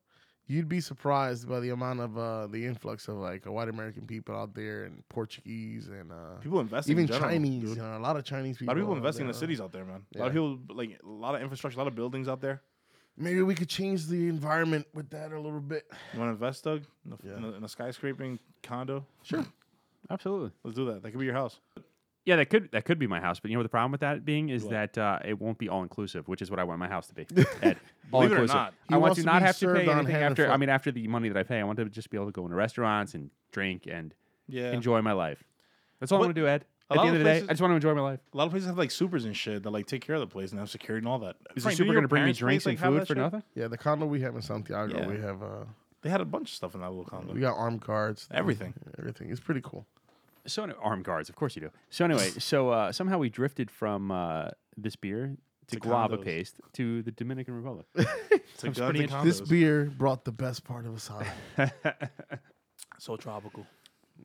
Speaker 3: you'd be surprised by the amount of uh, the influx of like white American people out there and Portuguese and uh,
Speaker 2: People investing
Speaker 3: even
Speaker 2: in general,
Speaker 3: Chinese.
Speaker 2: dude.
Speaker 3: You know, a lot of Chinese
Speaker 2: A
Speaker 3: people.
Speaker 2: lot of people
Speaker 3: out
Speaker 2: investing in the
Speaker 3: there.
Speaker 2: cities out there, man. A lot of people like a lot of infrastructure, a lot of buildings out there.
Speaker 3: Maybe we could change the environment with that a little bit.
Speaker 2: You want to invest, Doug, in a,
Speaker 3: Yeah.
Speaker 2: in, a, in a skyscraping condo? Sure,
Speaker 1: Absolutely.
Speaker 2: let's do that. That could be your house.
Speaker 1: Yeah, that could that could be my house, but you know what the problem with that being is
Speaker 2: What?
Speaker 1: that uh, it won't be all inclusive, which is what I want my house to be. Ed, all
Speaker 2: Believe it or
Speaker 1: inclusive.
Speaker 2: not,
Speaker 3: He
Speaker 1: I want
Speaker 3: wants
Speaker 1: to
Speaker 3: to
Speaker 1: not
Speaker 3: be
Speaker 1: have to
Speaker 3: served
Speaker 1: pay
Speaker 3: on
Speaker 1: anything
Speaker 3: hand and
Speaker 1: after. I
Speaker 3: foot.
Speaker 1: mean, after the money that I pay, I want to just be able to go into restaurants and drink and
Speaker 2: Yeah,
Speaker 1: enjoy my life. That's all I
Speaker 2: What-
Speaker 1: want to do, Ed.
Speaker 2: a
Speaker 1: At the
Speaker 2: lot
Speaker 1: end
Speaker 2: of
Speaker 1: of the day,
Speaker 2: places-
Speaker 1: I just want to enjoy my life.
Speaker 2: a lot of places have like supers and shit that like take care of the place and have security and all that.
Speaker 1: Is the
Speaker 2: Frank, didn't
Speaker 1: super going to
Speaker 2: your
Speaker 1: bring me
Speaker 2: parents' place,
Speaker 1: drinks
Speaker 2: like,
Speaker 1: and
Speaker 2: have
Speaker 1: food
Speaker 2: that
Speaker 1: for
Speaker 2: shit?
Speaker 1: nothing?
Speaker 3: Yeah, the condo we have in Santiago,
Speaker 2: Yeah.
Speaker 3: we have uh,
Speaker 2: They had a bunch of stuff in that little condo.
Speaker 3: we got armed guards,
Speaker 2: Everything.
Speaker 3: everything. It's pretty cool.
Speaker 1: So any- armed guards, of course you do. So anyway, so uh, somehow we drifted from uh, this beer to,
Speaker 2: To
Speaker 1: guava
Speaker 2: condos.
Speaker 1: paste to the Dominican Republic.
Speaker 2: It's like
Speaker 1: Sounds pretty
Speaker 2: goddamn
Speaker 1: interesting.
Speaker 3: This
Speaker 2: condos.
Speaker 3: beer brought the best part of us out.
Speaker 2: so tropical.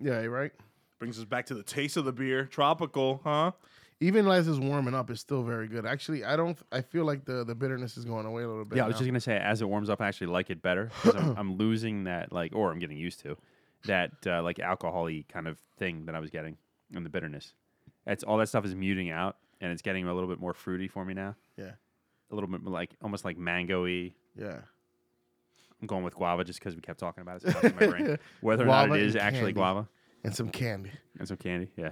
Speaker 3: yeah, right.
Speaker 2: Brings us back to the taste of the beer. Tropical, huh?
Speaker 3: Even as it's warming up, it's still very good. Actually, I don't. I feel like the the bitterness is going away a little bit.
Speaker 1: Yeah, I was
Speaker 3: now.
Speaker 1: just gonna say, as it warms up, I actually like it better because I'm, I'm losing that like, or I'm getting used to that uh, like alcoholy kind of thing that I was getting and the bitterness. That's all that stuff is muting out, and it's getting a little bit more fruity for me now.
Speaker 3: Yeah.
Speaker 1: a little bit more like almost like mango-y.
Speaker 3: yeah.
Speaker 1: I'm going with guava just because we kept talking about it. So it's in my brain. Whether or not
Speaker 3: Guava
Speaker 1: it is
Speaker 3: and
Speaker 1: actually
Speaker 3: candy.
Speaker 1: guava
Speaker 3: and some candy.
Speaker 1: and some candy, yeah,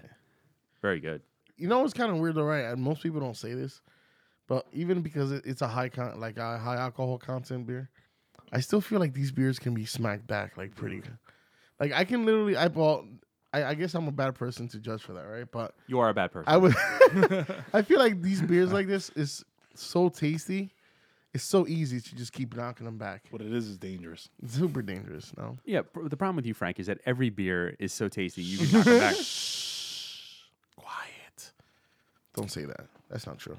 Speaker 1: very good.
Speaker 3: You know, it's kind of weird, though, right? And most people don't say this, but even because it, it's a high con- like a high alcohol content beer, I still feel like these beers can be smacked back like pretty. Like I can literally, I bought. I, I guess I'm a bad person to judge for that, right? But
Speaker 1: You are a bad person.
Speaker 3: I would. I feel like these beers like this is so tasty. It's so easy to just keep knocking them back.
Speaker 2: What it is is dangerous.
Speaker 3: It's super dangerous. No,
Speaker 1: yeah, pr- the problem with you, Frank, is that every beer is so tasty you can knock it back.
Speaker 2: Quiet.
Speaker 3: don't say that. That's not true.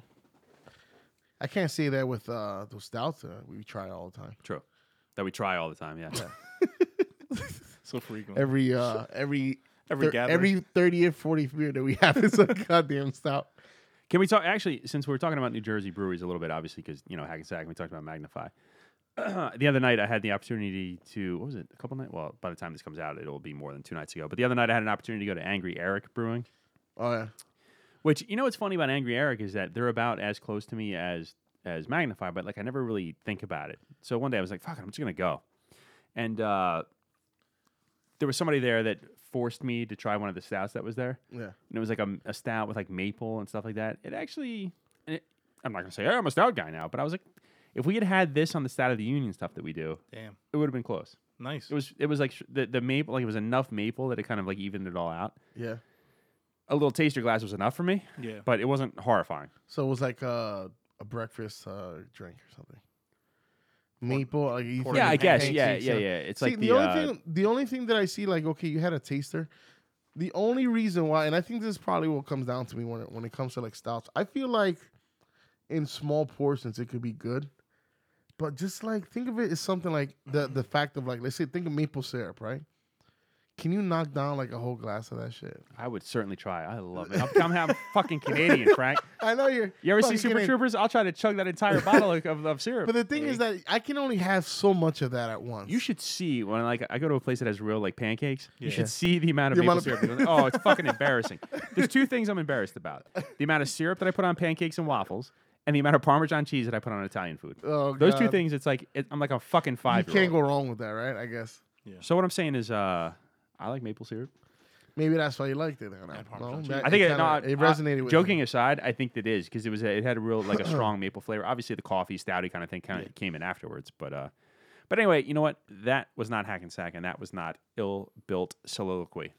Speaker 3: I can't say that with uh, those stouts that we try all the time.
Speaker 1: True. That we try all the time. Yeah.
Speaker 2: So frequent.
Speaker 3: every uh every
Speaker 2: Every
Speaker 3: thir-
Speaker 2: gathering.
Speaker 3: every thirtieth, fortieth beer that we have is a goddamn stout.
Speaker 1: Can we talk actually? Since we're talking about New Jersey breweries a little bit, obviously, because you know Hackensack, and we talked about Magnify. the other night, I had the opportunity to what was it? A couple nights. Well, by the time this comes out, it'll be more than two nights ago. But the other night, I had an opportunity to go to Angry Eric Brewing.
Speaker 3: Oh yeah.
Speaker 1: Which you know, what's funny about Angry Eric is that they're about as close to me as as Magnify, but like I never really think about it. So one day I was like, "Fuck it, I'm just gonna go," and uh, there was somebody there that forced me to try one of the stouts that was there
Speaker 3: Yeah.
Speaker 1: and it was like a, a stout with like maple and stuff like that. It actually, and it, I'm not gonna say "Hey, I'm a stout guy now, but I was like, if we had had this on the Stout of the Union stuff that we do,
Speaker 2: Damn.
Speaker 1: it would have been close.
Speaker 2: Nice.
Speaker 1: It was it was like sh- the the maple like it was enough maple that it kind of like evened it all out.
Speaker 3: Yeah.
Speaker 1: A little taster glass was enough for me,
Speaker 2: yeah.
Speaker 1: but it wasn't horrifying.
Speaker 3: So it was like uh, a breakfast uh drink or something. Maple, like you
Speaker 2: pork
Speaker 3: think
Speaker 1: Yeah, I
Speaker 3: of
Speaker 1: guess.
Speaker 3: pancakes
Speaker 1: Yeah,
Speaker 3: and
Speaker 1: yeah,
Speaker 3: stuff.
Speaker 1: yeah. It's
Speaker 3: See,
Speaker 1: like
Speaker 3: the,
Speaker 1: the,
Speaker 3: only
Speaker 1: uh,
Speaker 3: thing, the only thing that I see, like, okay, you had a taster. The only reason why, and I think this is probably what comes down to me when it, when it comes to like stouts. I feel like in small portions it could be good, but just like think of it as something like the the fact of like let's say think of maple syrup, right? Can you knock down like a whole glass of that shit?
Speaker 1: I would certainly try. I love it. I'm, I'm, I'm fucking Canadian, Frank.
Speaker 3: I know you're.
Speaker 1: You ever see
Speaker 3: fucking
Speaker 1: Super
Speaker 3: kidding.
Speaker 1: Troopers? I'll try to chug that entire bottle of, of, of syrup.
Speaker 3: But the thing is that I can only have so much of that at once.
Speaker 1: You should see when like I go to a place that has real like pancakes. You
Speaker 2: Yeah.
Speaker 1: should see the amount of
Speaker 3: The
Speaker 1: maple
Speaker 3: amount of-
Speaker 1: syrup. You're like, oh, it's fucking embarrassing. There's two things I'm embarrassed about: the amount of syrup that I put on pancakes and waffles, and the amount of Parmesan cheese that I put on Italian food.
Speaker 3: Oh,
Speaker 1: Those two
Speaker 3: God.
Speaker 1: things, it's like it, I'm like a fucking
Speaker 3: You
Speaker 1: five.
Speaker 3: can't go wrong with that, right? I guess.
Speaker 1: So what I'm saying is, uh, I like maple syrup.
Speaker 3: Maybe that's why you liked it. Then. I, don't
Speaker 2: Parmesan
Speaker 3: know.
Speaker 2: cheese.
Speaker 3: That-
Speaker 1: I think it,
Speaker 3: kinda-
Speaker 1: no,
Speaker 3: it
Speaker 1: I-
Speaker 3: resonated with
Speaker 1: Joking
Speaker 3: me.
Speaker 1: aside, I think that is because it was a, it had a real like a strong maple flavor. Obviously, the coffee stouty kind of thing kind of came in afterwards, but uh, but anyway, you know what? That was not Hackensack, and that was not ill built soliloquy.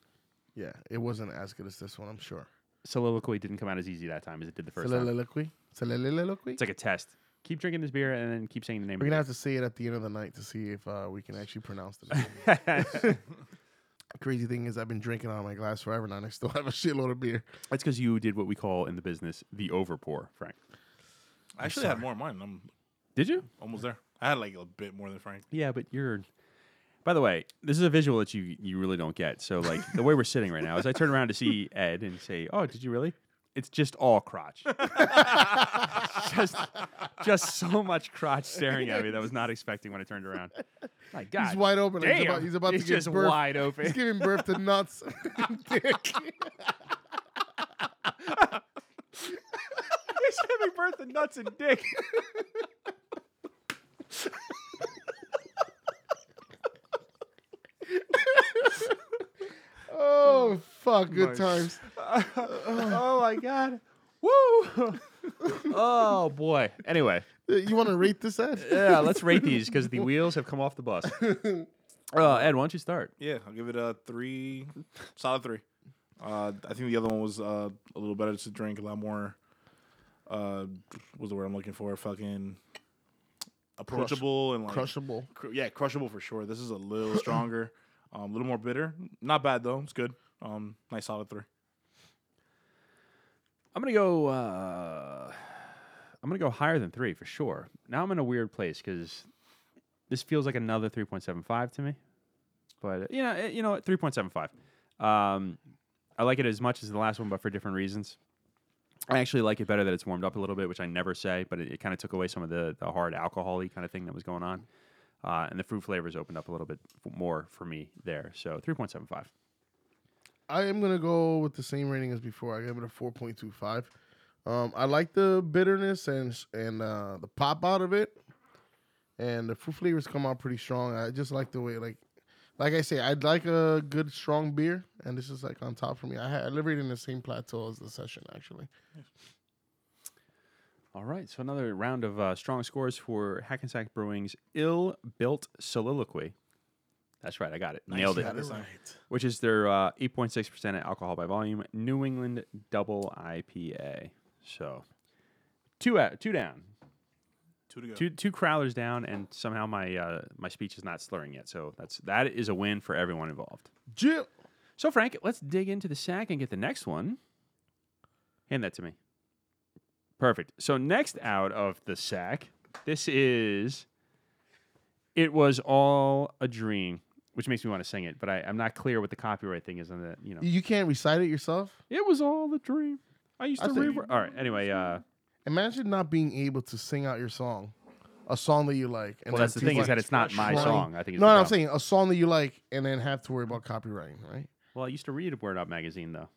Speaker 3: Yeah, it wasn't as good as this one, I'm sure.
Speaker 1: soliloquy didn't come out as easy that time as it did the first time.
Speaker 3: Soliloquy. Soliloquy.
Speaker 1: It's like a test. Keep drinking this beer and then keep saying the name.
Speaker 3: We're gonna
Speaker 1: of
Speaker 3: have to say it at the end of the night to see if uh, we can actually pronounce the name.
Speaker 1: it. That's
Speaker 3: Crazy thing is, I've been drinking out of my glass forever now, and I still have a shitload of beer.
Speaker 1: because you did what we call in the business the overpour, Frank.
Speaker 2: I actually had more in mine. I'm
Speaker 1: Did you?
Speaker 2: almost there. I had like a bit more than Frank.
Speaker 1: Yeah, but you're. By the way, this is a visual that you you really don't get. So like the way we're sitting right now is I turn around to see Ed and say, "Oh, did you really?" it's just all crotch. just, just so much crotch staring at me that I was not expecting when I turned around. My God,
Speaker 3: He's wide open. He's
Speaker 1: damn,
Speaker 3: about- he's about to give
Speaker 1: just
Speaker 3: birth.
Speaker 1: wide
Speaker 3: He's
Speaker 1: open.
Speaker 3: giving birth to nuts. Dick.
Speaker 1: He's giving birth to nuts and dick.
Speaker 3: Oh fuck, good
Speaker 2: Nice.
Speaker 3: times.
Speaker 1: oh my God. Woo! oh boy. Anyway,
Speaker 3: Uh, You want to rate this ad?
Speaker 1: yeah, let's rate these because the wheels have come off the bus. Uh, Ed, why don't you start?
Speaker 2: Yeah, I'll give it a three, solid three. Uh, I think the other one was uh, a little better to drink, a lot more. Uh, what's the word I'm looking for? Fucking approachable and like
Speaker 3: Crushable.
Speaker 2: cr- yeah, crushable for sure. This is a little stronger, um, a little more bitter. Not bad though. It's good. Um, nice solid three.
Speaker 1: I'm gonna go. Uh, I'm gonna go higher than three for sure. Now I'm in a weird place because this feels like another 3.75 to me. But uh, you know, it- you know, what, 3.75. Um, I like it as much as the last one, but for different reasons. I actually like it better that it's warmed up a little bit, which I never say, but it, it kind of took away some of the, the hard alcohol-y kind of thing that was going on. Uh, and the fruit flavors opened up a little bit f- more for me there. So 3.75.
Speaker 3: I am gonna go with the same rating as before. I gave it a four point two five. Um, I like the bitterness and and uh, the pop out of it, and the fruit flavors come out pretty strong. I just like the way like, like I say, I'd like a good strong beer, and this is like on top for me. I had I live right in the same plateau as the session actually.
Speaker 1: All right, so another round of uh, strong scores for Hackensack Brewing's Ill Built Soliloquy. That's right, I got it. Nailed it.
Speaker 2: Got this one.
Speaker 1: Which is their uh, 8.6% alcohol by volume New England Double IPA. So two out, two down,
Speaker 2: Two to go.
Speaker 1: two two crowlers down, and somehow my uh, my speech is not slurring yet. So that's that is a win for everyone involved.
Speaker 3: Jill,
Speaker 1: So Frank, let's dig into the sack and get the next one. Hand that to me. Perfect. So next out of the sack, this is It Was All a Dream, which makes me want to sing it, but I, I'm not clear what the copyright thing is on that, you know.
Speaker 3: you can't recite it yourself.
Speaker 1: It was all a dream. I used
Speaker 3: I
Speaker 1: to
Speaker 3: think-
Speaker 1: read all right, anyway, uh
Speaker 3: Imagine not being able to sing out your song, a song that you like. And
Speaker 1: well
Speaker 3: then
Speaker 1: that's the
Speaker 3: people
Speaker 1: thing is
Speaker 3: like
Speaker 1: that it's not my
Speaker 3: trying-
Speaker 1: song. I think it's
Speaker 3: No,
Speaker 1: the
Speaker 3: no, I'm
Speaker 1: problem.
Speaker 3: saying a song that you like, and then have to worry about copywriting, right?
Speaker 1: Well, I used to read Word Up magazine though.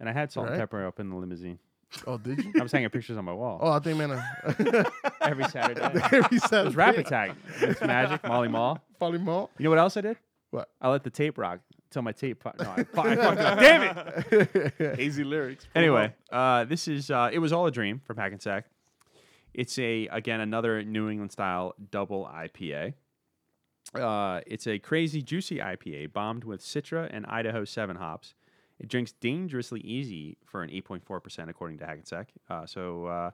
Speaker 1: And I had salt and
Speaker 3: Right.
Speaker 1: pepper up in the limousine.
Speaker 3: Oh, did you?
Speaker 1: I was hanging pictures on my wall
Speaker 3: Oh, I think man, uh,
Speaker 1: every Saturday. it
Speaker 3: every Saturday.
Speaker 1: was Rap Attack. It's Magic, Molly Mall.
Speaker 3: Folly Mall.
Speaker 1: You know what else I did?
Speaker 3: What?
Speaker 1: I let the tape rock until my tape. Pop- no, I, fu- I fucked up. Damn it.
Speaker 2: Easy lyrics.
Speaker 1: Anyway, uh, this is uh, it was all a dream from Hackensack. It's a again another New England style double IPA. Uh, it's a crazy juicy IPA bombed with Citra and Idaho Seven hops. It drinks dangerously easy for an 8.4 percent according to Hackensack. Uh, so uh,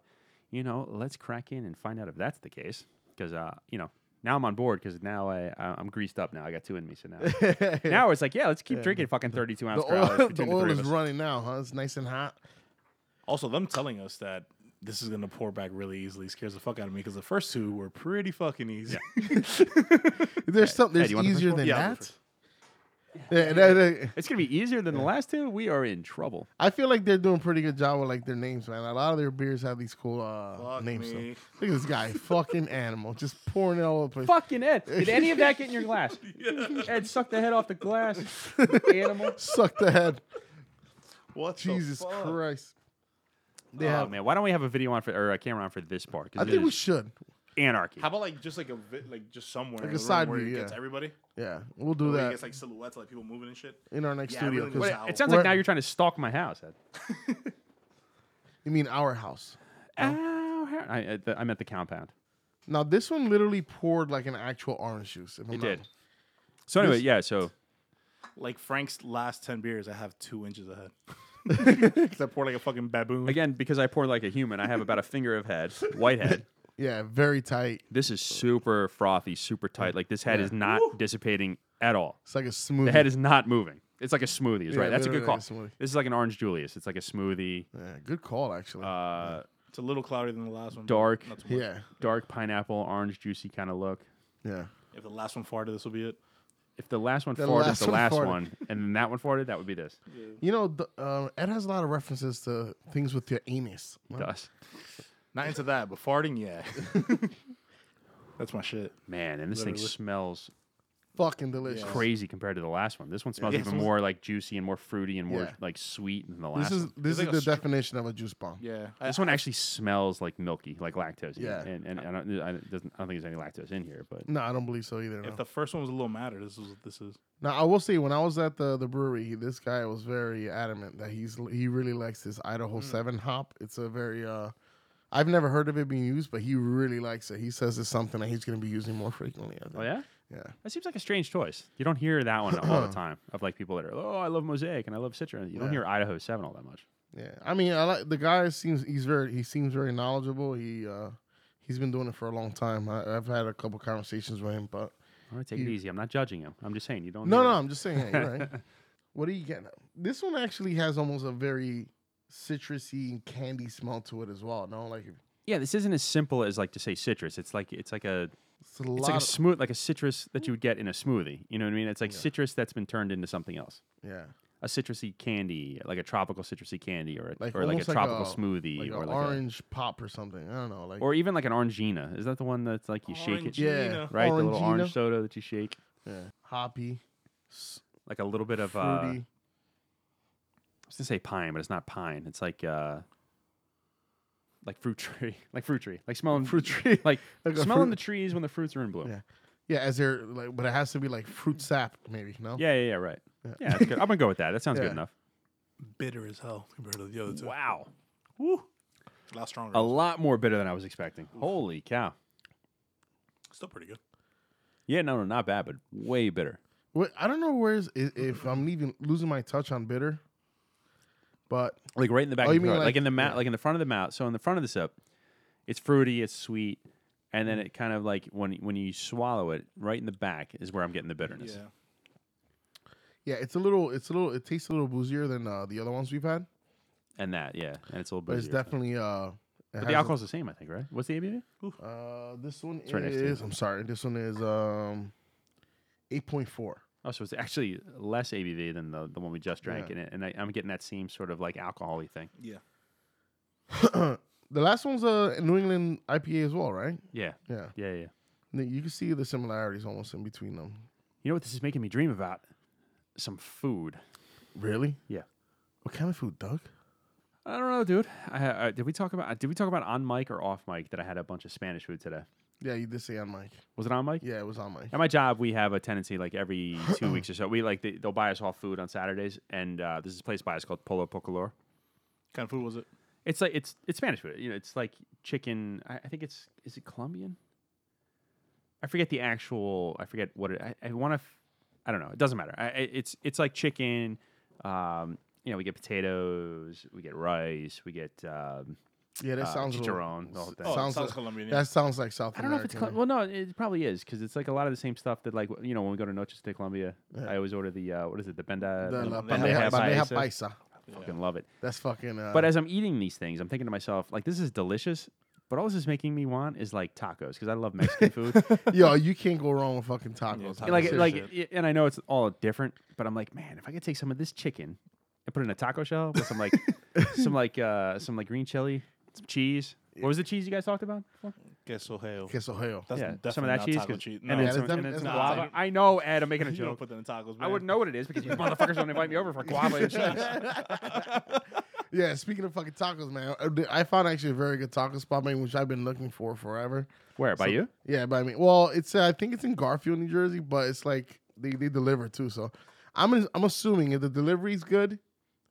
Speaker 1: you know, let's crack in and find out if that's the case because uh, you know. Now I'm on board because now I, I I'm greased up now. I got two in me, so now
Speaker 3: the
Speaker 1: now it's like yeah, let's keep drinking fucking 32 ounce growlers
Speaker 3: oil, the
Speaker 1: between the
Speaker 3: oil
Speaker 1: three of
Speaker 3: is
Speaker 1: us.
Speaker 3: running now, huh? It's nice and hot.
Speaker 2: Also, them telling us that this is gonna pour back really easily scares the fuck out of me because the first two were pretty fucking easy.
Speaker 3: There's something
Speaker 1: Hey,
Speaker 3: there's
Speaker 1: do you want the first
Speaker 3: easier
Speaker 1: one?
Speaker 3: than
Speaker 2: Yeah, I'll go
Speaker 3: that. Yeah, that- that-
Speaker 1: It's gonna be easier than the last two. We are in trouble.
Speaker 3: I feel like they're doing a pretty good job with like their names, man. A lot of their beers have these cool uh,
Speaker 2: Fuck
Speaker 3: names. though.
Speaker 2: me.
Speaker 3: Look at this guy, fucking animal, just pouring it all over the place.
Speaker 1: Fucking Ed, did any of that get in your glass? Ed sucked the head off the glass. Animal.
Speaker 3: Suck the head,
Speaker 2: What the
Speaker 3: Jesus
Speaker 2: fuck?
Speaker 3: Christ. They
Speaker 1: Yeah. Oh
Speaker 3: have.
Speaker 1: man, why don't we have a video on for or a camera on for this part?
Speaker 3: I
Speaker 1: Because
Speaker 3: think we should.
Speaker 1: anarchy.
Speaker 2: How about like just like a vi- like just somewhere
Speaker 3: Like a
Speaker 2: in the room
Speaker 3: side
Speaker 2: where
Speaker 3: view,
Speaker 2: it gets
Speaker 3: yeah.
Speaker 2: everybody.
Speaker 3: Yeah, we'll do
Speaker 2: Where it
Speaker 3: that
Speaker 2: gets like silhouettes, like people moving and shit.
Speaker 3: in our next
Speaker 2: Yeah, I
Speaker 3: studio.
Speaker 2: really
Speaker 3: 'cause-
Speaker 2: would.
Speaker 1: Wait, it sounds like
Speaker 3: We're-
Speaker 1: now you're trying to stalk my house. Ed.
Speaker 3: you mean our house? Oh.
Speaker 1: Ow, how- I, I, th- I meant the compound.
Speaker 3: Now this one literally poured like an actual orange juice. If I'm
Speaker 1: It
Speaker 3: not-
Speaker 1: did. So anyway,
Speaker 3: This-
Speaker 1: yeah. So
Speaker 2: Like Frank's last ten beers, I have two inches ahead. Cause I pour like a fucking baboon.
Speaker 1: again, because I pour like a human, I have about a finger of head, white head.
Speaker 3: Yeah, very tight.
Speaker 1: This is super frothy, super tight. Like this head is not dissipating at all.
Speaker 3: It's like a smooth.
Speaker 1: The head is not moving. It's like a smoothie. Is
Speaker 3: Yeah,
Speaker 1: right. That's a good
Speaker 3: literally
Speaker 1: call.
Speaker 3: like a smoothie.
Speaker 1: this is like an orange Julius. It's like a smoothie.
Speaker 3: yeah, good call actually.
Speaker 1: Uh,
Speaker 2: It's a little cloudier than the last one. but
Speaker 1: Dark.
Speaker 2: Not too much.
Speaker 3: yeah,
Speaker 1: dark pineapple, orange juicy kind of look.
Speaker 3: yeah.
Speaker 2: If the last one farted, this will be it.
Speaker 1: if the last one
Speaker 3: The
Speaker 1: farted,
Speaker 3: last
Speaker 1: the
Speaker 3: one
Speaker 1: last
Speaker 3: farted.
Speaker 1: one, and then that one farted, that would be this.
Speaker 3: You know, the, uh, Ed has a lot of references to things with your anus.
Speaker 1: Dust.
Speaker 2: Not into that, but farting, yeah. That's my shit.
Speaker 1: Man, and this thing
Speaker 2: Literally.
Speaker 1: smells
Speaker 3: Fucking delicious.
Speaker 2: Yeah.
Speaker 1: crazy compared to the last one. This one smells
Speaker 2: Yeah,
Speaker 1: even
Speaker 2: this one's-
Speaker 1: more like juicy and more fruity and more
Speaker 3: Yeah.
Speaker 1: like sweet than the last
Speaker 3: This is
Speaker 1: one.
Speaker 3: this
Speaker 2: It's like
Speaker 3: is
Speaker 2: a
Speaker 3: the
Speaker 2: str-
Speaker 3: definition of a juice bomb.
Speaker 2: Yeah.
Speaker 1: This one actually smells like milky, like lactose.
Speaker 3: Yeah.
Speaker 1: and, and I, don't, I, doesn't, I don't think there's any lactose in here, but
Speaker 3: No, I don't believe so either.
Speaker 2: If
Speaker 3: No.
Speaker 2: the first one was a little madder, this is what this is.
Speaker 3: now I will say, when I was at the, the brewery, he- this guy was very adamant that he's he really likes this
Speaker 1: Mm.
Speaker 3: Idaho Seven hop. It's a very uh, I've never heard of it being used, but he really likes it. He says it's something that he's going to be using more frequently. I think.
Speaker 1: oh yeah,
Speaker 3: yeah.
Speaker 1: that seems like a strange choice. You don't hear that one all the time of like people that are oh I love mosaic and I love citra. You don't
Speaker 3: Yeah.
Speaker 1: hear Idaho Seven all that much.
Speaker 3: Yeah, I mean, I like the guy. Seems he's very he seems very knowledgeable. He uh he's been doing it for a long time. I, I've had a couple conversations with him, but
Speaker 1: All right, take it
Speaker 3: You-
Speaker 1: easy. I'm not judging him. I'm just saying you don't.
Speaker 3: no,
Speaker 1: hear-
Speaker 3: no, I'm just saying. yeah, you're right. What are you getting? At? This one actually has almost a very citrusy and candy smell to it as well. No, like
Speaker 1: Yeah, this isn't as simple as like to say citrus. It's like it's like a
Speaker 3: it's a lot.
Speaker 1: it's like a
Speaker 3: of-
Speaker 1: smooth like a citrus that you would get in a smoothie. You know what I mean? It's like
Speaker 3: Yeah.
Speaker 1: citrus that's been turned into something else.
Speaker 3: yeah,
Speaker 1: A citrusy candy, like a tropical citrusy candy, or a,
Speaker 3: Like
Speaker 1: or like a
Speaker 3: almost like
Speaker 1: tropical
Speaker 3: a-
Speaker 1: smoothie,
Speaker 3: like an
Speaker 1: or like
Speaker 3: orange pop or something. I don't know. Like
Speaker 1: a, or even like an orangina. Is that the one that's like you shake it,
Speaker 2: Orangina.
Speaker 3: yeah,
Speaker 1: right? The little
Speaker 3: orangina.
Speaker 1: orange soda that you shake,
Speaker 3: Yeah, hoppy, s-
Speaker 1: like a little bit of. Uh, I
Speaker 3: fruity.
Speaker 1: was gonna say pine, but it's not pine. It's like uh, like fruit tree, like fruit tree, like smelling fruit tree, like,
Speaker 3: Like a
Speaker 1: smelling
Speaker 3: fruit-
Speaker 1: the trees when the fruits are in bloom.
Speaker 3: Yeah. yeah, as they're like, but it has to be like fruit sap, maybe. No,
Speaker 1: Yeah, yeah, yeah, right.
Speaker 3: Yeah.
Speaker 1: Yeah, that's good. I'm gonna go with that. That sounds
Speaker 3: Yeah.
Speaker 1: good enough.
Speaker 2: Bitter as hell compared to the other two.
Speaker 1: Wow,
Speaker 2: A lot stronger.
Speaker 1: a lot more bitter than I was expecting. Holy cow!
Speaker 2: Still pretty good.
Speaker 1: Yeah, no, no, not bad, but way bitter.
Speaker 3: What, I don't know where's i- if I'm leaving losing my touch on bitter, but
Speaker 1: Like right in the back
Speaker 3: Oh,
Speaker 1: of
Speaker 3: you
Speaker 1: the
Speaker 3: mean
Speaker 1: throat, like,
Speaker 3: like-
Speaker 1: in the mouth,
Speaker 3: yeah.
Speaker 1: like in the front of the mouth. So in the front of the sip, it's fruity, it's sweet, and
Speaker 3: Mm-hmm.
Speaker 1: then it kind of like when when you swallow it, right in the back is where I'm getting the bitterness.
Speaker 2: Yeah.
Speaker 3: yeah, it's a little, it's a little, it tastes a little boozier than uh, the other ones we've had,
Speaker 1: And that, yeah, and it's a little
Speaker 3: but
Speaker 1: bit.
Speaker 3: it's definitely uh, it
Speaker 1: but
Speaker 3: has
Speaker 1: the
Speaker 3: a-
Speaker 1: alcohol's the same, I think, right? What's the ABV?
Speaker 3: Uh, this one
Speaker 1: right next to
Speaker 3: is.
Speaker 1: it.
Speaker 3: I'm sorry. This one is um, eight point four.
Speaker 1: Oh, so it's actually less ABV than the, the one we just drank,
Speaker 3: Yeah.
Speaker 1: and it, and I, I'm getting that same sort of like alcoholy thing.
Speaker 2: Yeah.
Speaker 3: the last one's a New England IPA as well, right?
Speaker 1: Yeah,
Speaker 3: Yeah,
Speaker 1: yeah, yeah.
Speaker 3: Nick, you can see the similarities almost in between them.
Speaker 1: You know what this is making me dream about? Some food.
Speaker 3: Really?
Speaker 1: Yeah.
Speaker 3: What kind of food, Doug?
Speaker 1: I don't know, dude. I, I, did we talk about? Did we talk about on mic or off mic that I had a bunch of Spanish food today?
Speaker 3: Yeah, you did say on mic.
Speaker 1: Was it on mic?
Speaker 3: Yeah, it was on mic.
Speaker 1: At my job, we have a tendency, like every two weeks or so, we like they, they'll buy us all food on Saturdays, and uh, this is a place by us called Polo Pocolor.
Speaker 2: kind of food was it?
Speaker 1: It's like it's it's Spanish food. You know, it's like chicken. I, I think it's is it Colombian? I forget the actual. I forget what it. I, I want to. F- I don't know. It doesn't matter. I, I- it's it's like chicken. Um, you know, we get potatoes, we get rice, we get. Um,
Speaker 3: Yeah, that
Speaker 1: uh,
Speaker 3: sounds a little-
Speaker 1: chicharrón, the whole thing.
Speaker 2: Oh, it
Speaker 3: sounds
Speaker 2: sounds
Speaker 3: like-
Speaker 2: Colombian. yeah.
Speaker 3: That sounds like South
Speaker 1: I don't know if it's
Speaker 3: American.
Speaker 1: Col- well. No, it probably is because it's like a lot of the same stuff that like w- you know when we go to Noches de Colombia,
Speaker 3: Yeah.
Speaker 1: I always order the uh, what is it the benda?
Speaker 3: The La
Speaker 2: Bandeja
Speaker 3: Bandeja Bandeja
Speaker 1: paisa.
Speaker 3: Paisa.
Speaker 1: I fucking love it.
Speaker 3: That's fucking. Uh,
Speaker 2: Oh.
Speaker 1: But as I'm eating these things, I'm thinking to myself like this is delicious. But all this is making me want is like tacos because I love Mexican food.
Speaker 3: yo, you can't go wrong with fucking tacos.
Speaker 2: Yeah,
Speaker 3: man.
Speaker 2: tacos
Speaker 1: like
Speaker 2: Shit.
Speaker 1: like, y- and I know it's all different, but I'm like, man, if I could take some of this chicken and put it in a taco shell with some like some like uh, some like green chili, some cheese. What was the cheese you guys talked about? before?
Speaker 2: Queso hell.
Speaker 3: queso hell.
Speaker 2: That's
Speaker 1: yeah,
Speaker 2: definitely
Speaker 1: some of that
Speaker 2: not
Speaker 1: cheese,
Speaker 2: taco
Speaker 1: 'cause-
Speaker 2: cheese.
Speaker 1: and
Speaker 2: No,
Speaker 1: then
Speaker 3: that's
Speaker 1: some,
Speaker 3: def-
Speaker 1: and then
Speaker 3: that's
Speaker 1: some
Speaker 2: not
Speaker 1: guava.
Speaker 2: taco.
Speaker 1: I know, Ed. I'm making a
Speaker 2: you don't
Speaker 1: joke.
Speaker 2: put that in tacos. Man.
Speaker 1: I wouldn't know what it is because you motherfuckers don't invite me over for guava and cheese.
Speaker 3: Yeah, speaking of fucking tacos, man, uh, th- I found actually a very good taco spot, man, which I've been looking for forever.
Speaker 1: Where by you?
Speaker 3: Yeah, but I mean, well, it's uh, I think it's in Garfield, New Jersey, but it's like they, they deliver too. So I'm I'm assuming if the delivery's good,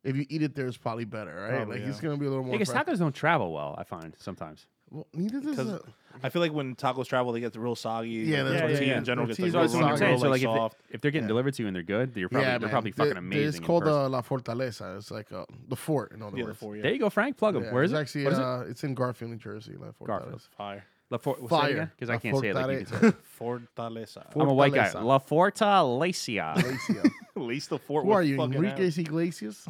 Speaker 3: if you eat it there, it's probably better, right?
Speaker 2: Probably,
Speaker 3: like
Speaker 2: yeah.
Speaker 3: it's gonna be a little more.
Speaker 1: Because
Speaker 3: fresh.
Speaker 1: tacos don't travel well. I find sometimes.
Speaker 3: well, neither does.
Speaker 2: 'Cause-
Speaker 3: the-
Speaker 2: I feel like when tacos travel, they get real soggy.
Speaker 3: Yeah,
Speaker 2: like, tortilla
Speaker 3: that's what it is.
Speaker 2: in general gets like,
Speaker 3: Tortilla's
Speaker 2: real,
Speaker 3: always
Speaker 2: real,
Speaker 3: soggy.
Speaker 2: real,
Speaker 3: So,
Speaker 2: like,
Speaker 1: if,
Speaker 2: soft.
Speaker 1: they, if they're getting delivered to you and they're good, they're probably
Speaker 3: yeah,
Speaker 1: they're
Speaker 3: man.
Speaker 1: probably
Speaker 3: The-
Speaker 1: fucking
Speaker 3: the-
Speaker 1: amazing.
Speaker 3: It's
Speaker 1: in
Speaker 3: called
Speaker 1: person.
Speaker 3: uh, La Fortaleza. It's like uh, the fort, in other
Speaker 2: Yeah, the
Speaker 3: words.
Speaker 2: four, yeah.
Speaker 1: There you go, Frank. Plug them.
Speaker 3: Yeah,
Speaker 1: Where is
Speaker 3: it's
Speaker 1: it?
Speaker 3: Actually,
Speaker 1: What is it?
Speaker 3: uh, it's in Garfield, New Jersey. La Fortaleza.
Speaker 1: Garfield.
Speaker 2: Fire.
Speaker 1: La For-
Speaker 3: Fire.
Speaker 1: because
Speaker 3: La
Speaker 1: I can't say it like you can say. it.
Speaker 3: Fortaleza.
Speaker 2: Fortaleza.
Speaker 1: I'm a white guy.
Speaker 3: Fortaleza.
Speaker 1: La Fortaleza.
Speaker 3: Glacia.
Speaker 2: At least the fort
Speaker 3: Who
Speaker 2: was
Speaker 3: are you,
Speaker 2: fucking
Speaker 3: Enriquez Iglesias?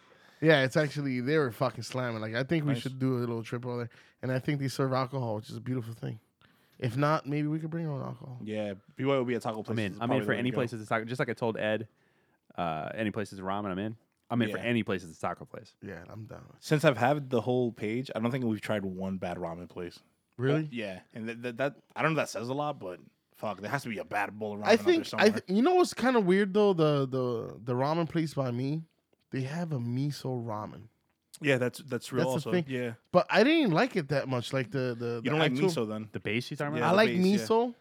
Speaker 3: yeah, it's actually they were fucking slamming. Like I think we
Speaker 2: Nice.
Speaker 3: should do a little trip over there, and I think they serve alcohol, which is a beautiful thing. If not, maybe we could bring our own alcohol.
Speaker 2: Yeah, BYOB will be at taco
Speaker 1: I'm
Speaker 2: places.
Speaker 1: in.
Speaker 2: is
Speaker 1: I'm
Speaker 2: probably
Speaker 1: in
Speaker 2: the
Speaker 1: for
Speaker 2: way to
Speaker 1: any
Speaker 2: go.
Speaker 1: places that's taco. Just like I told Ed, uh, any places ramen, I'm in. I'm in for
Speaker 2: Yeah.
Speaker 1: any places that's taco place.
Speaker 3: Yeah, I'm down. with it.
Speaker 2: Since I've had the whole page, I don't think we've tried one bad ramen place.
Speaker 3: Really?
Speaker 2: Yeah, and that, that, that I don't know if that says a lot, but fuck, there has to be a bad bowl of ramen
Speaker 3: I
Speaker 2: out there
Speaker 3: think
Speaker 2: somewhere.
Speaker 3: I. Th- you know what's kind of weird though? The the the ramen place by me, they have a miso ramen,
Speaker 2: yeah, that's that's real.
Speaker 3: That's the
Speaker 2: also,
Speaker 3: thing.
Speaker 2: yeah,
Speaker 3: but I didn't like it that much. Like the the, the
Speaker 2: you don't like
Speaker 3: actual-
Speaker 2: miso then?
Speaker 1: The base you talking
Speaker 2: Yeah.
Speaker 1: about?
Speaker 3: I
Speaker 2: the
Speaker 3: like
Speaker 2: base, yeah.
Speaker 3: miso,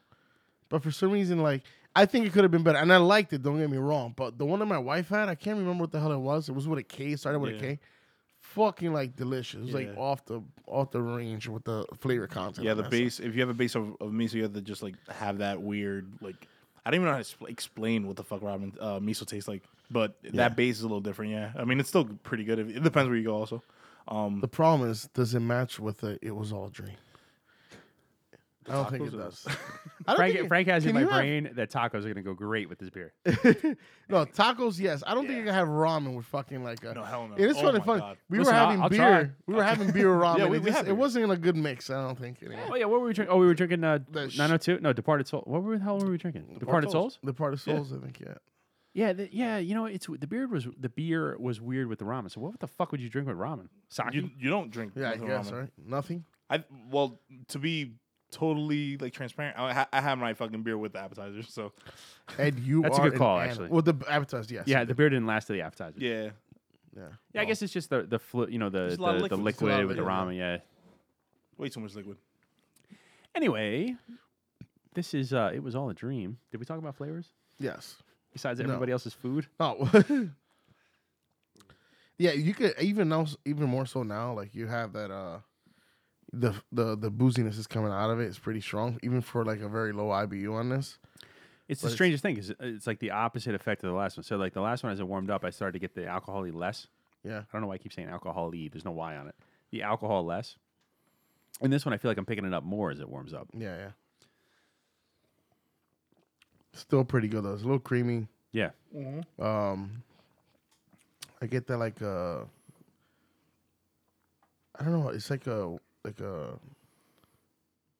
Speaker 3: but for some reason, like I think it could have been better, and I liked it. Don't get me wrong, but the one that my wife had, I can't remember what the hell it was. It was with a K, it started with
Speaker 2: Yeah.
Speaker 3: a K. Fucking like delicious. It was like
Speaker 2: Yeah.
Speaker 3: off the off the range with the flavor content.
Speaker 2: Yeah,
Speaker 3: on
Speaker 2: the
Speaker 3: that
Speaker 2: base. If you have a base of, of miso, you have to just like have that weird like. I don't even know how to spl- explain what the fuck ramen uh, miso tastes like, but that base is a little different. Yeah, I mean it's still pretty good. It depends where you go, also. Um,
Speaker 3: stuff. The problem is, does it match with the It was all dream? I don't think
Speaker 2: tacos
Speaker 3: it
Speaker 2: or-
Speaker 3: does. I don't
Speaker 1: Frank,
Speaker 3: think it-
Speaker 1: Frank has in
Speaker 3: can
Speaker 1: my
Speaker 3: you have-
Speaker 1: brain that tacos are gonna go great with this beer.
Speaker 3: no tacos. Yes, I don't think
Speaker 2: Yeah.
Speaker 3: you can have ramen with fucking like a.
Speaker 2: No, hell no.
Speaker 3: It is
Speaker 2: Oh
Speaker 3: kind
Speaker 2: my
Speaker 3: of funny.
Speaker 2: God.
Speaker 3: We
Speaker 1: Listen,
Speaker 3: were
Speaker 1: I'll-
Speaker 3: having
Speaker 1: I'll
Speaker 3: beer.
Speaker 1: try.
Speaker 3: We were having beer with ramen.
Speaker 2: Yeah, we-
Speaker 3: it,
Speaker 2: we
Speaker 3: just-
Speaker 2: have
Speaker 3: it
Speaker 2: beer.
Speaker 3: wasn't in a good mix. I don't think. Anyway.
Speaker 1: Oh yeah, what were we drinking? Oh, we were drinking uh,
Speaker 3: That sh-
Speaker 1: 902. No, Departed Soul. What were the hell were we drinking? Departed
Speaker 2: Souls.
Speaker 1: Souls.
Speaker 3: The part of souls, I think. Yeah.
Speaker 1: Yeah, the, yeah. You know, it's the beer was the beer was weird with the ramen. So what the fuck would you drink with ramen? Sake.
Speaker 2: You, you don't drink.
Speaker 3: Yeah, I
Speaker 2: nothing
Speaker 3: guess,
Speaker 2: ramen.
Speaker 3: right? Nothing?
Speaker 2: I well, to be totally like transparent, I, ha- I have my fucking beer with the appetizer. So
Speaker 3: Ed, you
Speaker 1: That's a
Speaker 3: are
Speaker 1: good
Speaker 3: an
Speaker 1: call,
Speaker 3: animal.
Speaker 1: actually.
Speaker 3: Well, the appetizer, yes.
Speaker 1: yeah, the beer didn't last to the appetizer. Yeah,
Speaker 2: yeah,
Speaker 3: Yeah.
Speaker 1: I guess it's just the the flu, you know the
Speaker 2: There's a lot of
Speaker 1: the, the
Speaker 2: liquid. There's
Speaker 3: a lot
Speaker 1: liquid
Speaker 3: of
Speaker 1: with the
Speaker 3: liquid,
Speaker 1: ramen. Yeah.
Speaker 2: way too much liquid.
Speaker 1: Anyway, this is uh, it was all a dream. Did we talk about flavors
Speaker 3: Yes.
Speaker 1: besides
Speaker 3: No.
Speaker 1: everybody else's food?
Speaker 3: Oh. yeah, you could even else even more so now like you have that uh the the the booziness is coming out of it. It's pretty strong even for like a very low IBU on this.
Speaker 1: It's the
Speaker 3: But it's-
Speaker 1: strangest thing because it's like the opposite effect of the last one. So like the last one, as it warmed up, I started to get the alcohol less.
Speaker 3: Yeah.
Speaker 1: I don't know why I keep saying alcohol y. There's no y on it. The alcohol less. And this one, I feel like I'm picking it up more as it warms up.
Speaker 3: Yeah, yeah. Still pretty good though. It's a little creamy.
Speaker 1: Yeah.
Speaker 3: Um, I get that like uh, I don't know. It's like a like a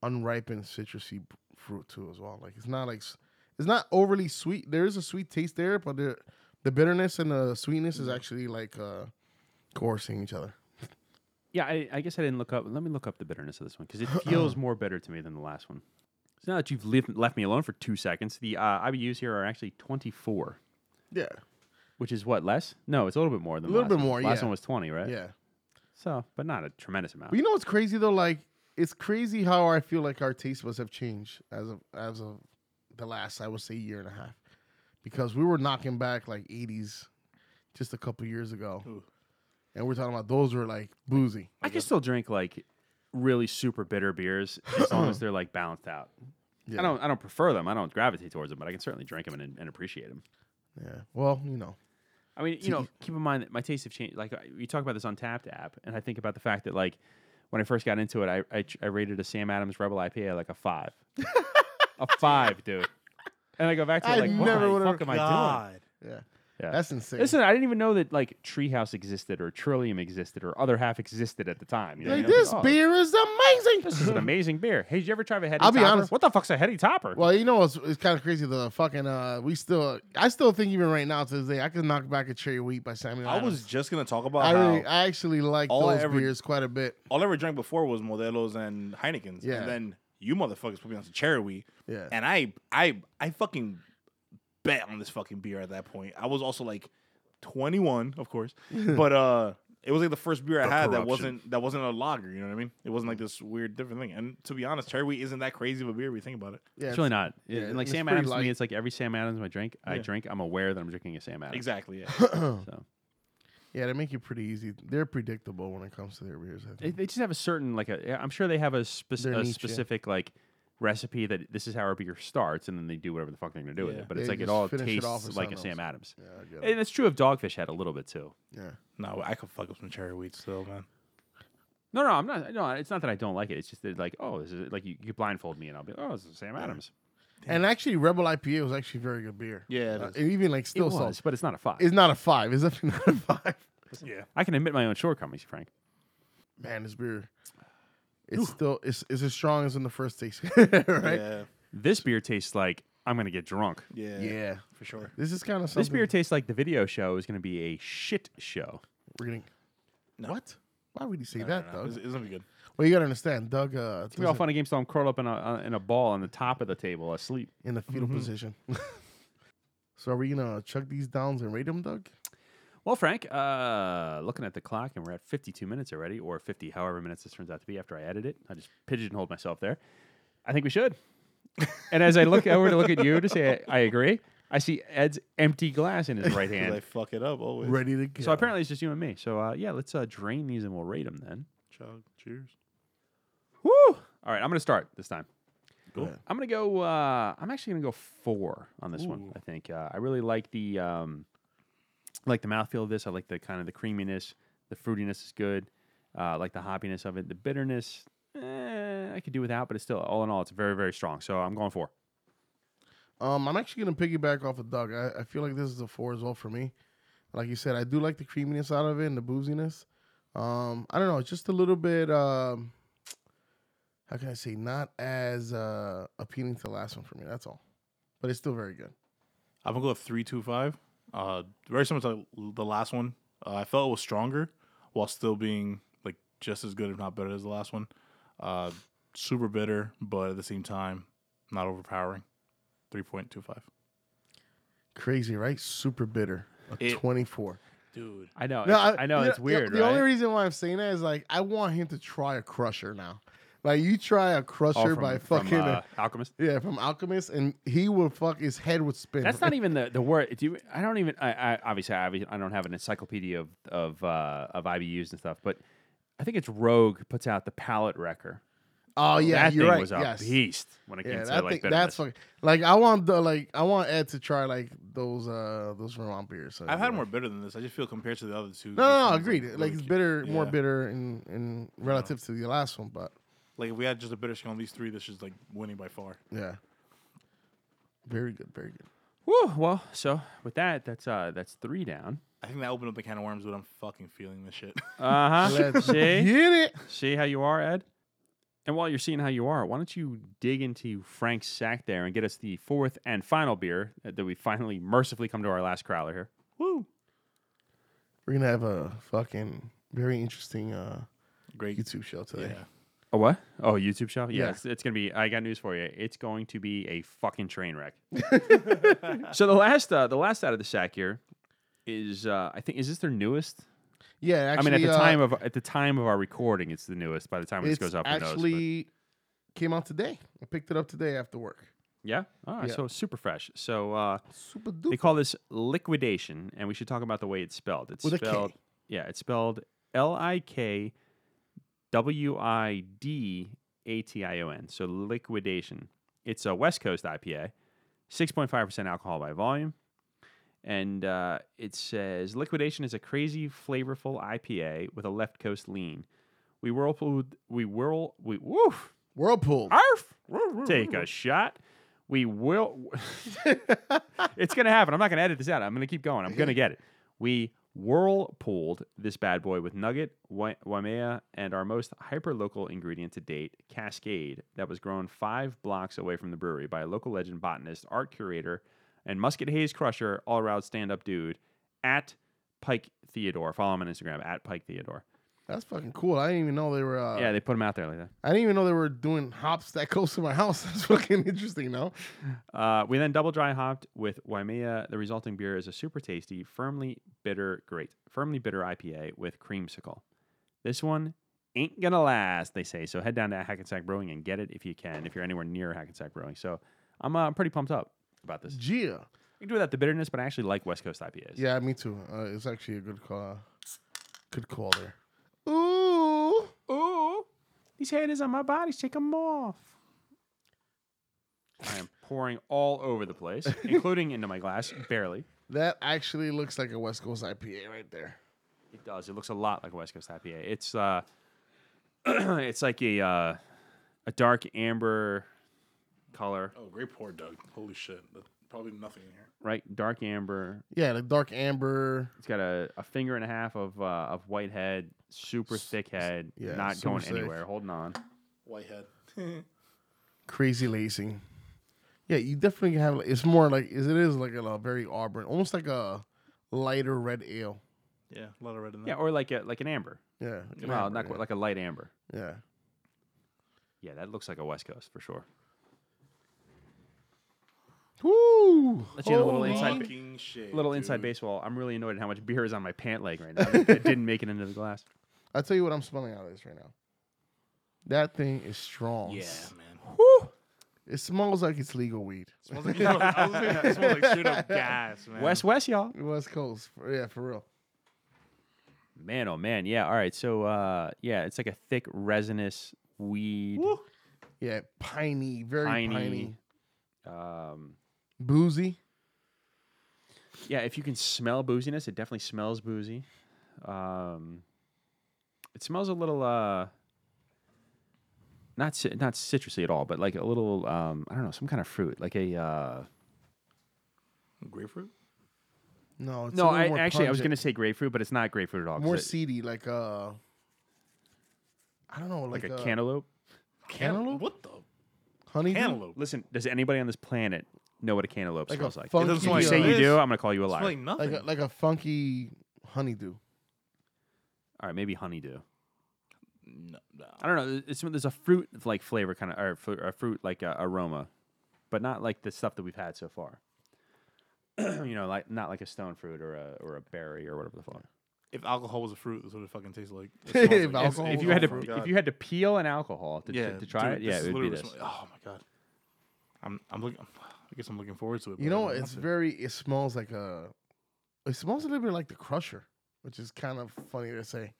Speaker 3: unripened citrusy b- fruit too as well. Like it's not like s- it's not overly sweet. There is a sweet taste there, but the the bitterness and the sweetness is actually like uh coursing each other.
Speaker 1: Yeah, I, I guess I didn't look up. Let me look up the bitterness of this one because it feels more bitter to me than the last one. So now that you've left, left me alone for two seconds, the uh, IBUs here are actually 24,
Speaker 3: Yeah,
Speaker 1: which is what, less? No, it's a little bit more than
Speaker 3: A
Speaker 1: the
Speaker 3: little
Speaker 1: last
Speaker 3: bit
Speaker 1: one.
Speaker 3: more,
Speaker 1: Last
Speaker 3: yeah.
Speaker 1: one was 20, right?
Speaker 3: yeah.
Speaker 1: So, but not a tremendous amount.
Speaker 3: But you know what's crazy though? Like it's crazy how I feel like our taste buds have changed as of as of the last I would say year and a half, because we were knocking back like eighties just a couple years ago,
Speaker 2: Ooh.
Speaker 3: and we're talking about those were like boozy.
Speaker 1: I can still drink like really super bitter beers as long as they're like balanced out.
Speaker 3: Yeah.
Speaker 1: I don't I don't prefer them. I don't gravitate towards them, but I can certainly drink them and, and appreciate them.
Speaker 3: Yeah. Well, you know.
Speaker 1: I mean, you know, keep in mind that my tastes have changed. Like I- you talk about this Untapped app, and I think about the fact that like when I first got into it, I I, ch- I rated a Sam Adams Rebel IPA like a five, a five, dude. And I go back to
Speaker 3: I
Speaker 1: it, like, what
Speaker 3: never
Speaker 1: the
Speaker 3: would've-
Speaker 1: fuck am I doing?
Speaker 3: Yeah.
Speaker 1: Yeah.
Speaker 3: That's insane.
Speaker 1: Listen, I didn't even know that like Treehouse existed or Trillium existed or Other Half existed at the time. You know,
Speaker 3: like
Speaker 1: you're
Speaker 3: this
Speaker 1: oh,
Speaker 3: beer is
Speaker 1: This is
Speaker 3: amazing.
Speaker 1: an amazing beer. Hey, did you ever try a heady
Speaker 3: I'll be
Speaker 1: topper?
Speaker 3: honest.
Speaker 1: What the fuck's a heady topper?
Speaker 3: well, you know it's, it's kind of crazy. The fucking uh, we still, I still think even right now to this day, I could knock back a cherry wheat by Samuel.
Speaker 2: I
Speaker 3: Adams.
Speaker 2: was just gonna talk about
Speaker 3: I,
Speaker 2: how
Speaker 3: really, I actually like
Speaker 2: All I
Speaker 3: those
Speaker 2: ever-
Speaker 3: beers quite a bit.
Speaker 2: all I ever drank before was Modelo's and Heinekens,
Speaker 3: Yeah.
Speaker 2: and then you motherfuckers put me on some cherry wheat,
Speaker 3: Yeah.
Speaker 2: and I I I fucking bet on this fucking beer at that point. I was also like 21, of course, but uh. It was like the first beer I had that
Speaker 1: corruption.
Speaker 2: wasn't that wasn't a lager, you know what I mean? It wasn't like this weird different thing. And to be honest, cherry wheat isn't that crazy of a beer. We think about it.
Speaker 3: Yeah,
Speaker 1: It's really not.
Speaker 3: yeah,
Speaker 1: and like
Speaker 3: it's
Speaker 1: Sam
Speaker 3: pretty
Speaker 1: Adams to
Speaker 3: light.
Speaker 1: me, it's like every Sam Adams I drink, I
Speaker 2: Yeah.
Speaker 1: drink, I'm aware that I'm drinking a Sam Adams.
Speaker 2: Exactly. Yeah.
Speaker 1: So
Speaker 3: Yeah, they make you pretty easy. They're predictable when it comes to their beers. I
Speaker 1: they,
Speaker 3: think.
Speaker 1: they just have a certain like a. I'm sure they have a, spec-
Speaker 3: Their
Speaker 1: a
Speaker 3: niche, yeah.
Speaker 1: specific like recipe that this is how our beer starts, and then they do whatever the fuck they're gonna do with
Speaker 2: Yeah.
Speaker 1: it. But it's
Speaker 3: They
Speaker 1: like it
Speaker 3: just
Speaker 1: all
Speaker 3: finish it off
Speaker 1: tastes
Speaker 3: with
Speaker 1: like a
Speaker 3: something
Speaker 1: Sam
Speaker 3: else.
Speaker 1: Adams,
Speaker 3: Yeah, I get it.
Speaker 1: and it's true of Dogfish Head a little bit too.
Speaker 3: yeah.
Speaker 2: no, I could fuck up some cherry wheat still, man.
Speaker 1: No, no, I'm not. No, it's not that I don't like it. It's just that like, oh, this is like you, you blindfold me, and I'll be, oh, it's Sam Adams.
Speaker 3: And actually, Rebel IPA was actually very good beer.
Speaker 2: Yeah, it
Speaker 3: Uh,
Speaker 2: is.
Speaker 3: and even like still
Speaker 1: it was,
Speaker 3: salt.
Speaker 1: but it's not a five.
Speaker 3: It's not a five. It's definitely not a five.
Speaker 2: Yeah.
Speaker 1: I can admit my own shortcomings, Frank.
Speaker 3: Man, this beer. It's still it's, it's as strong as in the first taste, right?
Speaker 2: Yeah,
Speaker 1: This beer tastes like I'm gonna get drunk.
Speaker 2: yeah,
Speaker 3: Yeah.
Speaker 2: for sure.
Speaker 3: This is kind of something
Speaker 1: This beer tastes like the video show is gonna be a shit show.
Speaker 3: we're getting.
Speaker 2: No.
Speaker 3: What? Why would you say
Speaker 2: No,
Speaker 3: that,
Speaker 2: no, no.
Speaker 3: Doug?
Speaker 2: It's, it's gonna be good.
Speaker 3: Well, you gotta understand, Doug. Uh,
Speaker 1: It's gonna be all
Speaker 3: doesn't-
Speaker 1: fun and games till I'm curled up in a uh, in a ball on the top of the table asleep.
Speaker 3: in the fetal
Speaker 1: Mm-hmm.
Speaker 3: position. so are we gonna chuck these downs and rate them, Doug?
Speaker 1: Well, Frank, uh, looking at the clock, and we're at 52 minutes already, or 50, however minutes this turns out to be after I edit it. I just pigeonholed myself there. I think we should. and as I look over to look at you to say I, I agree, I see Ed's empty glass in his right
Speaker 2: 'Cause I
Speaker 1: hand.
Speaker 2: fuck it up always.
Speaker 3: Ready to go.
Speaker 1: So apparently it's just you and me. So uh, yeah, let's uh, drain these and we'll rate them then.
Speaker 2: Chug. Cheers.
Speaker 1: Woo! All right, I'm gonna start this time.
Speaker 3: Cool.
Speaker 1: I'm gonna go. Uh, I'm actually gonna go four on this one.
Speaker 3: Ooh.
Speaker 1: I think uh, I really like the um, I like the mouthfeel of this. I like the kind of the creaminess, the fruitiness is good. Uh, I like the hoppiness of it, the bitterness. Eh, I could do without, but it's still all in all, it's very very strong. So I'm going four.
Speaker 3: Um, I'm actually gonna piggyback off of Doug. I, I feel like this is a four as well for me. Like you said, I do like the creaminess out of it and the booziness. Um, I don't know, it's just a little bit um how can I say not as uh appealing to the last one for me, that's all. But it's still very good.
Speaker 2: I'm gonna go with three two five. Uh, very similar to the last one. Uh, I felt it was stronger while still being like just as good, if not better, as the last one. Uh, super bitter, but at the same time, not overpowering. Three point two five.
Speaker 3: Crazy, right? Super bitter. A
Speaker 2: It-
Speaker 3: twenty four.
Speaker 2: Dude,
Speaker 1: I know.
Speaker 3: No,
Speaker 1: Oh, it's- I, know
Speaker 3: you
Speaker 1: it's weird,
Speaker 3: The,
Speaker 1: right?
Speaker 3: only reason why I'm saying that is like I want him to try a crusher now. Like you try a
Speaker 1: All
Speaker 3: crusher
Speaker 1: from-
Speaker 3: by
Speaker 1: from,
Speaker 3: fucking
Speaker 1: uh, Alchemist.
Speaker 3: yeah from Alchemist, and he would fuck his head would spin.
Speaker 1: That's not even the the word. Do you, I don't even. I, I obviously I, obvi- I don't have an encyclopedia of of uh, of IBUs and stuff, but I think it's Rogue puts out the palette wrecker.
Speaker 3: Oh yeah,
Speaker 1: that
Speaker 3: you're
Speaker 1: thing
Speaker 3: right.
Speaker 1: was a
Speaker 3: yes.
Speaker 1: beast when it
Speaker 3: Yeah,
Speaker 1: came
Speaker 3: that
Speaker 1: to like
Speaker 3: thing,
Speaker 1: bitterness.
Speaker 3: that's fucking like I want the like I want Ed to try like those uh those Vermont beers. So,
Speaker 2: I've
Speaker 3: you
Speaker 2: had
Speaker 3: know.
Speaker 2: more bitter than this. I just feel compared to the other two.
Speaker 3: No, no,
Speaker 2: this
Speaker 3: no,
Speaker 2: one's,
Speaker 3: agreed.
Speaker 2: really
Speaker 3: Like it's
Speaker 2: ki-
Speaker 3: bitter, more
Speaker 2: yeah.
Speaker 3: bitter in in relative to the last one, but
Speaker 2: Like if we had just a bitter scale on these three, this is like winning by far.
Speaker 3: yeah, very good, very good.
Speaker 1: Woo, well, so with that, that's uh that's three down.
Speaker 2: I think that opened up the can of worms, but I'm fucking feeling this shit.
Speaker 1: Uh huh.
Speaker 3: Let's
Speaker 1: see,
Speaker 3: get it.
Speaker 1: see how you are, Ed. And while you're seeing how you are, why don't you dig into Frank's sack there and get us the fourth and final beer that we finally mercifully come to our last crowler here.
Speaker 2: Woo!
Speaker 3: We're gonna have a fucking very interesting uh,
Speaker 2: Great.
Speaker 3: YouTube show
Speaker 2: yeah.
Speaker 3: today.
Speaker 1: A what? Oh, a YouTube show? Yeah,
Speaker 3: Yeah.
Speaker 1: It's, it's gonna be. I got news for you. It's going to be a fucking train wreck. so the last, uh, the last out of the sack here is, uh, I think, is this their newest?
Speaker 3: Yeah, actually,
Speaker 1: I mean, at the
Speaker 3: uh,
Speaker 1: time of at the time of our recording, it's the newest. By the time this
Speaker 3: it's
Speaker 1: goes up, who knows, but-
Speaker 3: actually came out today. I picked it up today after work.
Speaker 1: yeah. All right,
Speaker 3: Yeah.
Speaker 1: so super fresh. So uh,
Speaker 3: Super
Speaker 1: they
Speaker 3: duper.
Speaker 1: call this liquidation, and we should talk about the way it's spelled. It's
Speaker 3: With a K.
Speaker 1: spelled, yeah, it's spelled L I K W I D A T I O N. So liquidation. It's a West Coast IPA, six point five percent alcohol by volume. And uh, it says liquidation is a crazy, flavorful IPA with a left coast lean. We whirlpooled, we whirl, we woof,
Speaker 3: Whirlpool.
Speaker 1: Arf! Take a shot. We will. it's going to happen. I'm not going to edit this out. I'm going to keep going. I'm going to get it. We whirlpooled this bad boy with Nugget, Wa- Waimea, and our most hyperlocal ingredient to date, Cascade, that was grown five blocks away from the brewery by a local legend botanist, art curator, and Musket Haze Crusher, all around stand up dude at Pike Theodore. Follow him on Instagram at Pike Theodore.
Speaker 3: That's fucking cool. I didn't even know they were. Uh,
Speaker 1: yeah, they put him out there like that.
Speaker 3: I didn't even know they were doing hops that close to my house. That's fucking interesting, no?
Speaker 1: Uh, we then double dry hopped with Waimea. The resulting beer is a super tasty, firmly bitter, great, firmly bitter IPA with creamsicle. This one ain't gonna last, they say. So head down to Hackensack Brewing and get it if you can, if you're anywhere near Hackensack Brewing. So I'm uh, pretty pumped up about this.
Speaker 3: Gia.
Speaker 1: I can do without the bitterness, but I actually like West Coast IPAs.
Speaker 3: Yeah, me too. Uh, it's actually a good call. uh, Good call there. Ooh.
Speaker 1: Ooh, these haters on my body, shake them off. I am pouring all over the place, including into my glass, barely.
Speaker 3: That actually looks like a West Coast IPA right there.
Speaker 1: It does. It looks a lot like a West Coast IPA. It's uh, it's like a uh, a dark amber color,
Speaker 2: Oh, great pour, Doug. Holy shit. That's probably nothing in here.
Speaker 1: right? Dark amber.
Speaker 3: Yeah, the dark amber.
Speaker 1: It's got a, a finger and a half of uh, of white head, super thick head,
Speaker 3: yeah,
Speaker 1: not
Speaker 3: super
Speaker 1: going
Speaker 3: thick.
Speaker 1: anywhere, holding on.
Speaker 2: Whitehead.
Speaker 3: Crazy lacing. Yeah, you definitely have. It's more like it is like a, a very auburn, almost like a lighter red ale.
Speaker 2: yeah, a lot of red in
Speaker 1: Yeah,
Speaker 2: there.
Speaker 1: or like a, like an amber.
Speaker 3: Yeah. like an
Speaker 1: well,
Speaker 3: amber,
Speaker 1: not quite, like a light amber.
Speaker 3: yeah. yeah.
Speaker 1: Yeah, that looks like a West Coast for sure.
Speaker 3: Woo!
Speaker 1: Let you in a little
Speaker 3: Holy
Speaker 1: inside,
Speaker 3: monkey.
Speaker 2: Fucking shit,
Speaker 1: little inside
Speaker 2: dude.
Speaker 1: baseball. I'm really annoyed at how much beer is on my pant leg right now. It didn't make it into the glass.
Speaker 3: I'll tell you what I'm smelling out of this right now. That thing is strong.
Speaker 2: Yeah, man.
Speaker 3: It smells like it's legal weed.
Speaker 2: Smells like, I was gonna say, it smells like straight up gas, man.
Speaker 1: West West, y'all.
Speaker 3: West Coast. for- Yeah, for real.
Speaker 1: Man, oh man, yeah. All right, so uh, yeah, it's like a thick resinous weed,
Speaker 2: Woo.
Speaker 3: Yeah, piney, very
Speaker 1: piney.
Speaker 3: piney.
Speaker 1: Um,
Speaker 3: Boozy.
Speaker 1: yeah, if you can smell booziness, it definitely smells boozy. Um, it smells a little uh, not ci- not citrusy at all, but like a little um, I don't know, some kind of fruit, like a uh,
Speaker 2: Grapefruit?
Speaker 3: No, it's a
Speaker 1: no.
Speaker 3: little
Speaker 1: I
Speaker 3: more
Speaker 1: actually I was
Speaker 3: pungent.
Speaker 1: gonna say grapefruit, but it's not grapefruit at all. 'cause
Speaker 3: more
Speaker 1: it-
Speaker 3: seedy, like uh, I don't know, like,
Speaker 1: like a
Speaker 3: uh,
Speaker 1: cantaloupe.
Speaker 3: Cantaloupe?
Speaker 2: What the?
Speaker 3: honey,
Speaker 2: Cantaloupe.
Speaker 1: Listen, does anybody on this planet know what a cantaloupe
Speaker 3: like a
Speaker 1: smells like?
Speaker 3: funky, uh,
Speaker 2: doesn't smell
Speaker 1: If you
Speaker 2: like
Speaker 1: say
Speaker 2: that.
Speaker 1: you
Speaker 2: It
Speaker 1: do,
Speaker 2: is-
Speaker 1: I'm gonna call you a liar.
Speaker 2: Smells like nothing.
Speaker 3: like
Speaker 1: uh,
Speaker 3: a, like a funky honeydew.
Speaker 1: all right, maybe honeydew.
Speaker 2: no, no.
Speaker 1: I don't know. It's there's a fruit like flavor kind of or fru- a fruit like uh, aroma, but not like the stuff that we've had so far. you know, like not like a stone fruit or a or a berry or whatever the fuck.
Speaker 2: If alcohol was a fruit, that's what it fucking tastes like. It
Speaker 3: If
Speaker 2: smells like-
Speaker 3: alcohol
Speaker 1: If
Speaker 3: was
Speaker 1: you had to
Speaker 3: Oh,
Speaker 1: pe- if you had to peel an alcohol to, to, to try
Speaker 2: dude,
Speaker 1: it, yeah,
Speaker 2: this is
Speaker 1: it would be
Speaker 2: literally
Speaker 1: this.
Speaker 2: what it smells- Oh my god, I'm I'm looking. I guess I'm looking forward to it.
Speaker 3: You
Speaker 2: but I
Speaker 3: know,
Speaker 2: don't
Speaker 3: what?
Speaker 2: want
Speaker 3: it's
Speaker 2: to.
Speaker 3: very. It smells like a. It smells a little bit like the Crusher, which is kind of funny to say.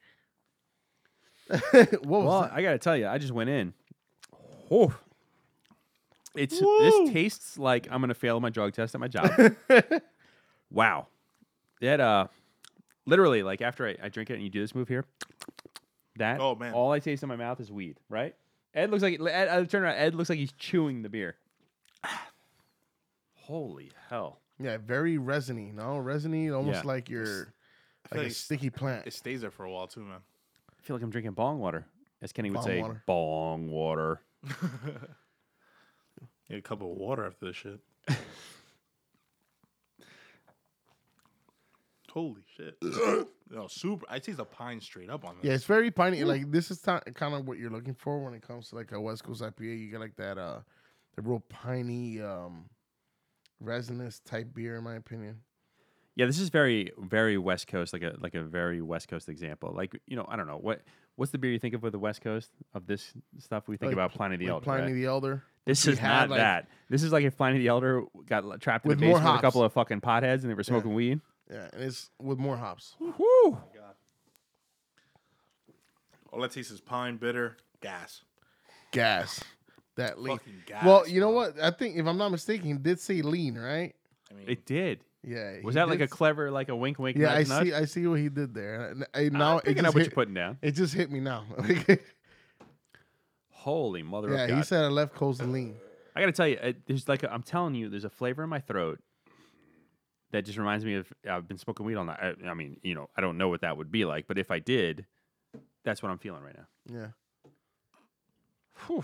Speaker 3: what was
Speaker 1: Well,
Speaker 3: that?
Speaker 1: I gotta tell you, I just went in. Oh, it's
Speaker 3: Woo.
Speaker 1: this tastes like I'm gonna fail my drug test at my job. wow, that uh, literally like after I, I drink it and you do this move here, that
Speaker 2: Oh, man.
Speaker 1: all I taste in my mouth is weed. Right? Ed looks like Ed, I turn around. Ed looks like he's chewing the beer. Holy hell!
Speaker 3: Yeah, very resiny. No, resiny, almost
Speaker 1: Yeah.
Speaker 3: like your
Speaker 2: feel
Speaker 3: like a
Speaker 2: like
Speaker 3: sticky plant.
Speaker 2: It stays there for a while too, man.
Speaker 1: I feel like I'm drinking bong water, as Kenny would
Speaker 3: Bong
Speaker 1: say.
Speaker 3: water.
Speaker 1: Bong water.
Speaker 2: Need a cup of water after this shit. Holy shit! no, super. I taste the pine straight up on this.
Speaker 3: Yeah, it's very piney. Like this is kind of what you're looking for when it comes to like a West Coast IPA. You get like that uh, the real piney, um, resinous type beer, in my opinion.
Speaker 1: Yeah, this is very, very West Coast, like a like a very West Coast example. Like you know, I don't know what what's the beer you think of with the West Coast of this stuff. We think
Speaker 3: Like-
Speaker 1: about Pliny the
Speaker 3: Like
Speaker 1: Elder.
Speaker 3: Pliny
Speaker 1: right?
Speaker 3: the Elder.
Speaker 1: this
Speaker 3: he
Speaker 1: is not
Speaker 3: had, like-
Speaker 1: that. This is like if Pliny the Elder got l- trapped in
Speaker 3: With
Speaker 1: the
Speaker 3: more
Speaker 1: basement with a
Speaker 3: hops.
Speaker 1: couple of fucking potheads and they were smoking weed.
Speaker 3: Yeah, and it's with more hops.
Speaker 1: Woo!
Speaker 2: All I taste is pine, bitter, gas.
Speaker 3: Gas. That lean.
Speaker 2: Fucking gas.
Speaker 3: well, you know
Speaker 2: bro.
Speaker 3: what? I think if I'm not mistaken, he did say lean, right?
Speaker 2: I mean,
Speaker 1: It did.
Speaker 3: Yeah.
Speaker 1: Was
Speaker 3: he
Speaker 1: that like
Speaker 3: did
Speaker 1: a
Speaker 3: s-
Speaker 1: clever, like a wink, wink?
Speaker 3: Yeah,
Speaker 1: nudge,
Speaker 3: I
Speaker 1: nudge?
Speaker 3: see. I see what he did there. And I, now
Speaker 1: I'm
Speaker 3: it
Speaker 1: picking
Speaker 3: just
Speaker 1: up what
Speaker 3: hit,
Speaker 1: you're putting down.
Speaker 3: It just hit me now. Like,
Speaker 1: Holy mother of
Speaker 3: yeah,
Speaker 1: God!
Speaker 3: he said a left coast lean.
Speaker 1: I gotta tell you, uh, there's like a, I'm telling you, there's a flavor in my throat that just reminds me of I've been smoking weed all night. I, I mean, you know, I don't know what that would be like, but if I did, that's what I'm feeling right now.
Speaker 3: Yeah.
Speaker 1: Whew.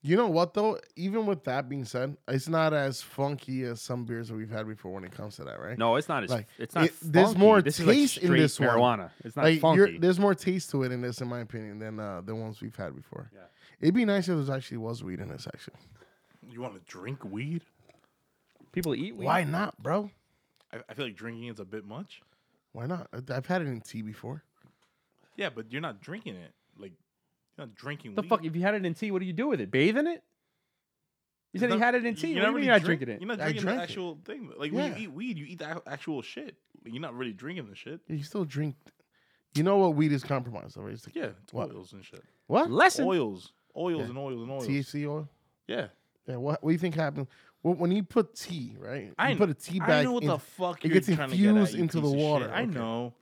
Speaker 3: You know what though? Even with that being said, it's not as funky as some beers that we've had before when it comes to that, right?
Speaker 1: No, it's not. As,
Speaker 3: Like,
Speaker 1: it's not.
Speaker 3: it- there's
Speaker 1: funky.
Speaker 3: more
Speaker 1: this is
Speaker 3: taste in
Speaker 1: like straight
Speaker 3: this one.
Speaker 1: marijuana. It's not
Speaker 3: like
Speaker 1: funky.
Speaker 3: you're, there's more taste to it in this, in my opinion, than uh, the ones we've had before.
Speaker 1: Yeah.
Speaker 3: It'd be nice if there actually was weed in this. Actually,
Speaker 2: you want to drink weed?
Speaker 1: People eat weed.
Speaker 3: why not, bro?
Speaker 2: I, I feel like drinking is a bit much.
Speaker 3: Why not? I- I've had it in tea before.
Speaker 2: Yeah, but you're not drinking it. Like, you're not drinking
Speaker 1: the
Speaker 2: weed.
Speaker 1: fuck? If you had it in tea, what do you do with it? Bathe in it? You said
Speaker 2: You're
Speaker 1: he
Speaker 2: not-
Speaker 1: had it in tea.
Speaker 2: You're
Speaker 1: What do you mean you're
Speaker 2: really
Speaker 1: not
Speaker 2: drink-
Speaker 1: drinking it?
Speaker 2: You're not
Speaker 3: I
Speaker 2: drinking the
Speaker 3: drank it.
Speaker 2: actual thing. Like
Speaker 3: Yeah.
Speaker 2: when you eat weed, you eat the ac- actual shit. Like, you're not really drinking the shit.
Speaker 3: You still drink. You know what weed is compromised over? It's like,
Speaker 2: Yeah, it's
Speaker 3: What?
Speaker 2: oils and shit.
Speaker 3: What?
Speaker 1: Lesson.
Speaker 2: Oils, oils
Speaker 3: Yeah.
Speaker 2: and oils and oils.
Speaker 3: THC oil?
Speaker 2: Yeah,
Speaker 3: Yeah. What? What do you think happened? Well, when you put tea, right?
Speaker 2: I
Speaker 3: you
Speaker 2: kn-
Speaker 3: put a tea bag.
Speaker 2: I know what
Speaker 3: in-
Speaker 2: the fuck
Speaker 3: it
Speaker 2: you're
Speaker 3: gets
Speaker 2: trying to get at,
Speaker 3: infused
Speaker 2: you
Speaker 3: into
Speaker 2: piece
Speaker 3: the
Speaker 2: of shit.
Speaker 3: water.
Speaker 2: I
Speaker 3: Okay.
Speaker 2: know,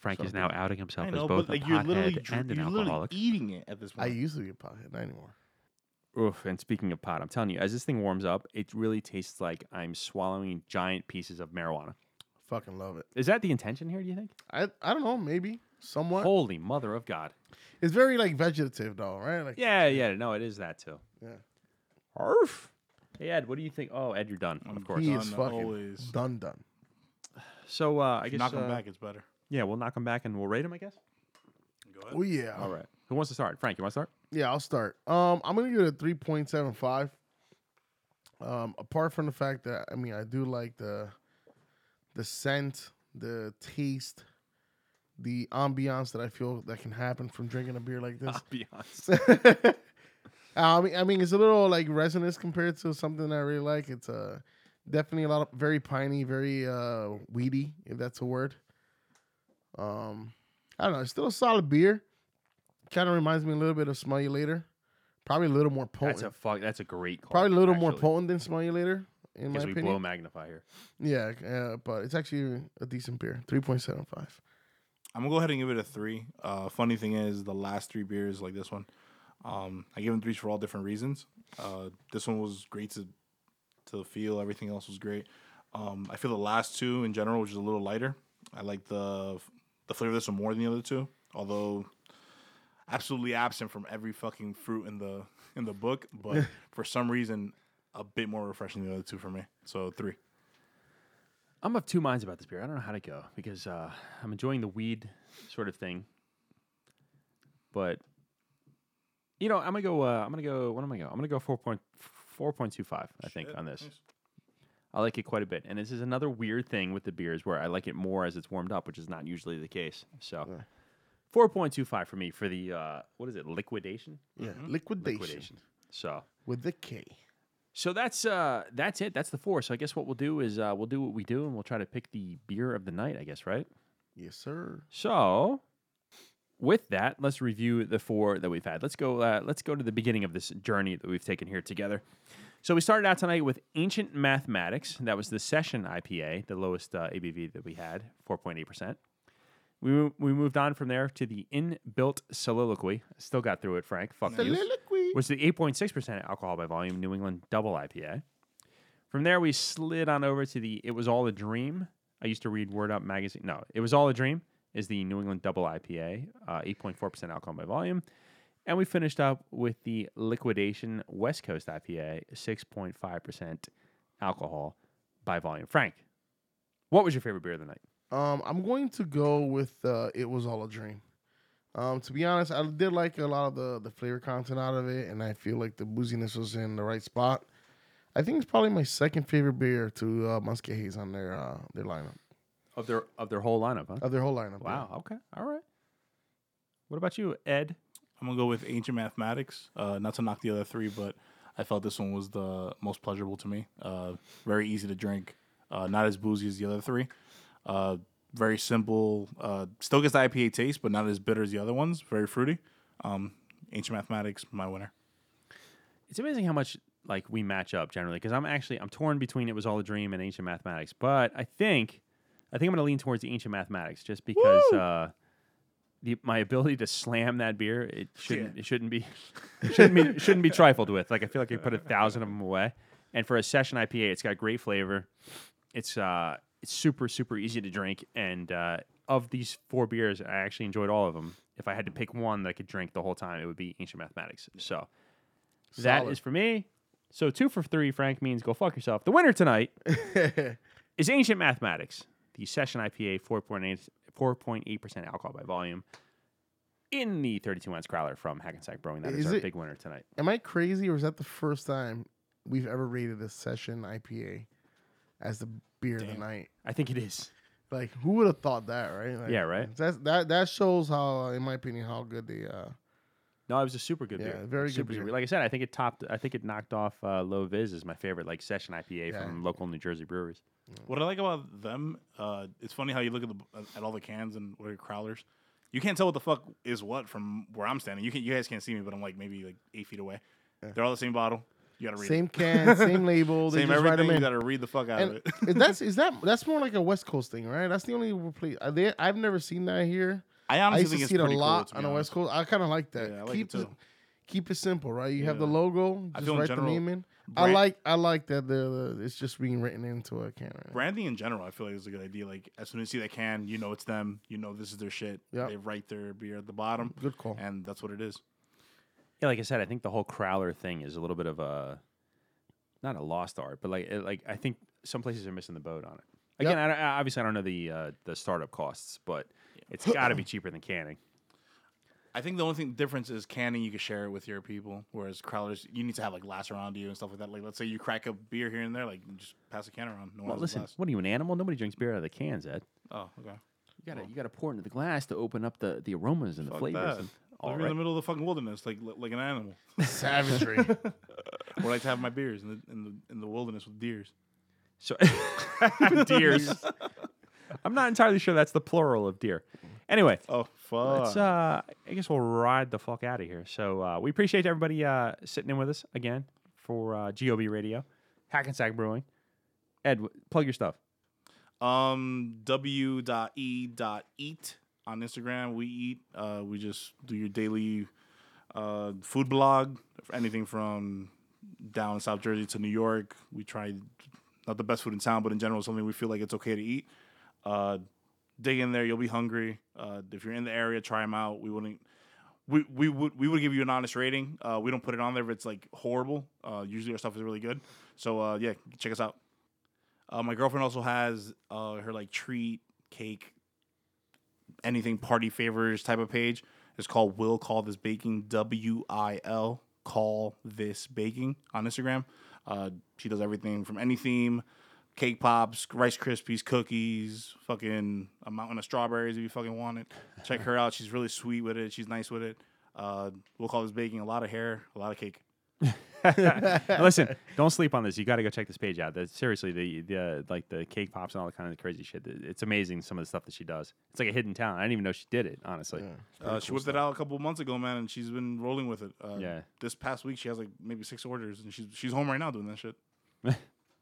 Speaker 1: Frank is now outing himself
Speaker 2: I know, but like you're literally dr- you're literally eating it at this
Speaker 3: I
Speaker 2: point.
Speaker 3: used to be a pothead, not anymore.
Speaker 1: Oof, and speaking of pot, I'm telling you, as this thing warms up, it really tastes like I'm swallowing giant pieces of marijuana.
Speaker 3: Fucking love it.
Speaker 1: Is that the intention here, do you think?
Speaker 3: I I don't know. Maybe somewhat.
Speaker 1: Holy mother of God.
Speaker 3: It's very like vegetative though, right? Like
Speaker 1: Yeah, yeah. No, it is that too.
Speaker 3: Yeah.
Speaker 1: Arf. Hey Ed, what do you think? Oh, Ed, you're done.
Speaker 2: I'm
Speaker 1: Of course.
Speaker 3: he is
Speaker 2: Done
Speaker 3: fucking
Speaker 2: always.
Speaker 3: done done.
Speaker 1: So uh, I guess
Speaker 2: Knock
Speaker 1: uh,
Speaker 2: them back. It's better.
Speaker 1: Yeah, we'll knock him back and we'll rate him. I guess.
Speaker 2: Go
Speaker 3: Oh yeah.
Speaker 1: All right. Who wants to start? Frank, you want to start?
Speaker 3: Yeah, I'll start. Um, I'm gonna give it a three point seven five. Um, apart from the fact that I mean I do like the the scent, the taste, the ambiance that I feel that can happen from drinking a beer like this.
Speaker 1: Beyonce.
Speaker 3: Uh, I mean, I mean, it's a little like resinous compared to something I really like. It's uh, definitely a lot of very piney, very uh, weedy, if that's a word. Um, I don't know. It's still a solid beer. Kind of reminds me a little bit of Smell You Later. Probably a little more potent.
Speaker 1: That's a fuck. That's a great call.
Speaker 3: Probably a little more
Speaker 1: actually,
Speaker 3: potent than Smell You Later, in my
Speaker 1: Because we blow
Speaker 3: opinion.
Speaker 1: magnify here.
Speaker 3: Yeah, uh, but it's actually a decent beer. Three point seven five.
Speaker 2: I'm gonna go ahead and give it a three. Uh, funny thing is, the last three beers like this one, um, I gave them threes for all different reasons. Uh, this one was great to to feel. Everything else was great. Um, I feel the last two in general, which is a little lighter. I like the the flavor of this one more than the other two, although absolutely absent from every fucking fruit in the in the book. But for some reason, a bit more refreshing than the other two for me. So three.
Speaker 1: I'm of two minds about this beer. I don't know how to go because uh, I'm enjoying the weed sort of thing, but you know, I'm gonna go. Uh, I'm gonna go. What am I gonna? Go? I'm gonna go four point four point two five. I think
Speaker 2: Shit.
Speaker 1: on this,
Speaker 2: Nice.
Speaker 1: I like it quite a bit. And this is another weird thing with the beers where I like it more as it's warmed up, which is not usually the case. So.
Speaker 3: Yeah.
Speaker 1: 4.25 for me for the uh, what is it liquidation
Speaker 3: Yeah, liquidation,
Speaker 1: Mm-hmm. liquidation so
Speaker 3: with the K.
Speaker 1: so that's uh that's it. That's the four. So I guess what we'll do is uh, we'll do what we do and we'll try to pick the beer of the night. I guess right.
Speaker 3: Yes, sir.
Speaker 1: So with that, let's review the four that we've had. Let's go. Uh, let's go to the beginning of this journey that we've taken here together. So we started out tonight with Ancient Mathematics. That was the Session IPA, the lowest uh, ABV that we had, four point eight percent. We, mo- we moved on from there to the inbuilt soliloquy. Still got through it, Frank. Fuck you
Speaker 3: Soliloquy.
Speaker 1: which is the 8.6% alcohol by volume New England double IPA. From there, we slid on over to the It Was All a Dream. I used to read Word Up magazine. No, It Was All a Dream is the New England double IPA, uh, 8.4% alcohol by volume. And we finished up with the Liquidation West Coast IPA, 6.5% alcohol by volume. Frank, what was your favorite beer of the night?
Speaker 3: Um, I'm going to go with uh, "It Was All a Dream." Um, to be honest, I did like a lot of the the flavor content out of it, and I feel like the booziness was in the right spot. I think it's probably my second favorite beer to uh, Musket Haze on their uh, their lineup
Speaker 1: Of their of their whole lineup, huh?
Speaker 3: of their whole lineup. yeah.
Speaker 1: Wow. Okay. All right. What about you, Ed?
Speaker 2: I'm gonna go with ancient mathematics. Uh, not to knock the other three, but I felt this one was the most pleasurable to me. Uh, very easy to drink. Uh, not as boozy as the other three. Uh, very simple. Uh, still gets the IPA taste, but not as bitter as the other ones. Very fruity. Um, ancient mathematics, my winner.
Speaker 1: it's amazing how much like we match up generally because I'm actually I'm torn between it was all a dream and ancient mathematics, but I think I think I'm gonna lean towards the ancient mathematics just because uh, the, my ability to slam that beer it shouldn't it shouldn't be it shouldn't be it shouldn't be trifled with. Like I feel like I put a thousand of them away, and for a session IPA, it's got great flavor. It's uh it's super super easy to drink, and uh, of these four beers, I actually enjoyed all of them. If I had to pick one that I could drink the whole time, it would be ancient mathematics. So. That
Speaker 3: Solid.
Speaker 1: is for me. So two for three, Frank means go fuck yourself. The winner tonight is Ancient Mathematics, the session IPA, 4.8 4.8 percent alcohol by volume, in the 32 ounce growler from Hackensack Brewing. That is,
Speaker 3: Is
Speaker 1: our
Speaker 3: it-
Speaker 1: big winner tonight.
Speaker 3: Am I crazy, or is that the first time we've ever rated a session IPA as the beer of the
Speaker 2: Damn.
Speaker 3: night?
Speaker 1: I think it is.
Speaker 3: Like, who would have thought that, right? Like,
Speaker 1: Yeah, right.
Speaker 3: That's, that that shows how, in my opinion, how good the uh,
Speaker 1: No, it was a super good
Speaker 3: Yeah,
Speaker 1: beer.
Speaker 3: very
Speaker 1: super,
Speaker 3: good
Speaker 1: super-
Speaker 3: beer.
Speaker 1: Like I said, I think it topped. I think it knocked off uh, Low Viz as my favorite like session IPA
Speaker 3: Yeah.
Speaker 1: from local New Jersey breweries.
Speaker 2: What I like about them, uh, it's funny how you look at the at all the cans and what are crowlers. You can't tell what the fuck is what from where I'm standing. You can you guys can't see me, but I'm like maybe like eight feet away. They're all the same bottle. You gotta read
Speaker 3: same can, same label.
Speaker 2: it.
Speaker 3: They
Speaker 2: same
Speaker 3: just write 'em
Speaker 2: everything. You
Speaker 3: in.
Speaker 2: gotta read the fuck out of
Speaker 3: And
Speaker 2: it.
Speaker 3: is that's is that that's more like a West Coast thing, right? That's the only place are they, I've never seen that here.
Speaker 2: I
Speaker 3: I,
Speaker 2: honestly
Speaker 3: used to
Speaker 2: think it's
Speaker 3: see it a
Speaker 2: pretty
Speaker 3: lot
Speaker 2: cool,
Speaker 3: on the West Coast. I kind of like that.
Speaker 2: Yeah, I like it
Speaker 3: keep
Speaker 2: too.
Speaker 3: keep it simple, right? You have the
Speaker 2: Yeah.
Speaker 3: logo,
Speaker 2: I
Speaker 3: just
Speaker 2: feel in
Speaker 3: write
Speaker 2: general-
Speaker 3: the name in. I
Speaker 2: Brand-
Speaker 3: like I like that the, the it's just being written into a can right now.
Speaker 2: branding in general, I feel like is a good idea. Like as soon as you see that can, you know it's them. You know this is their shit.
Speaker 3: Yep.
Speaker 2: They write their beer at the bottom,
Speaker 3: Good call.
Speaker 2: and that's what it is.
Speaker 1: Yeah, like I said, I think the whole Crowler thing is a little bit of a not a lost art, but like it, like I think some places are missing the boat on it. Again, I don't- I, obviously I don't know the uh, the startup costs, but it's got to be cheaper than canning.
Speaker 2: I think the only thing difference is canning. You can share it with your people, whereas crowlers, you need to have like glass around you and stuff like that. Like let's say you crack a beer here and there, like you just pass a can around. No one
Speaker 1: Well,
Speaker 2: has
Speaker 1: listen,
Speaker 2: a glass.
Speaker 1: what are you, an animal? Nobody drinks beer out of the cans, Ed.
Speaker 2: Oh, okay.
Speaker 1: You gotta you gotta pour it into the glass to open up the, the aromas and the
Speaker 2: Fuck
Speaker 1: flavors.
Speaker 2: that.
Speaker 1: And,
Speaker 2: Like,
Speaker 1: all
Speaker 2: you're in the
Speaker 1: right.
Speaker 2: middle of the fucking wilderness, like like an animal.
Speaker 3: Savagery.
Speaker 2: Or like to have my beers in the in the in the wilderness with deers.
Speaker 1: So deers. I'm not entirely sure that's the plural of deer. Anyway,
Speaker 2: Oh
Speaker 1: Let's,
Speaker 2: fuck!
Speaker 1: uh, I guess we'll ride the fuck out of here. So uh, we appreciate everybody uh, sitting in with us again for uh, GOB Radio, Hackensack Brewing. Ed, w- plug your stuff.
Speaker 2: Um, w dot e dot eat on Instagram. We eat. Uh, we just do your daily uh, food blog. Anything from down in South Jersey to New York. We try not the best food in town, but in general, something we feel like it's okay to eat. Uh, dig in there. You'll be hungry. Uh, if you're in the area, try them out. We wouldn't. We, we would we would give you an honest rating. Uh, we don't put it on there if it's like horrible. Uh, usually our stuff is really good. So uh, yeah, check us out. Uh, my girlfriend also has uh, her like treat, cake, anything party favors type of page. It's called Will Call This Baking, W I L Call This Baking on Instagram. Uh, she does everything from any theme cake pops, Rice Krispies, cookies, fucking a mountain of strawberries if you fucking want it. Check her out. She's really sweet with it. She's nice with it. Uh, we'll call this baking a lot of hair, a lot of cake.
Speaker 1: Listen, don't sleep on this. You got to go check this page out. That's, seriously, the the like the cake pops and all that kind of crazy shit. It- It's amazing some of the stuff that she does. It's like a hidden talent. I didn't even know she did it. Honestly,
Speaker 2: Uh, she whipped it out a couple months ago, man, and she's been rolling with it. Uh,
Speaker 1: Yeah.
Speaker 2: This past week, she has like maybe six orders, and she's she's home right now doing that shit.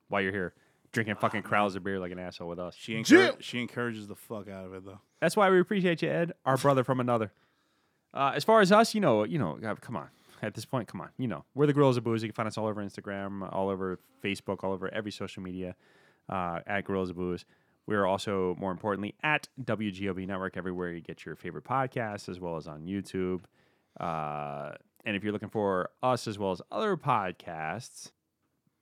Speaker 1: while you're here drinking fucking crowls of beer like an asshole with us,
Speaker 2: She encour-
Speaker 3: Jill!
Speaker 2: she encourages the fuck out of it though.
Speaker 1: that's why we appreciate you, Ed, our brother from another. Uh, as far as us, you know, you know, God, come on. At this point, come on. You know, we're the Gorillas of Booze. You can find us all over Instagram, all over Facebook, all over every social media uh, at Gorillas of Booze. We're also, more importantly, at WGOB Network, everywhere you get your favorite podcasts, as well as on YouTube. Uh, and if you're looking for us as well as other podcasts,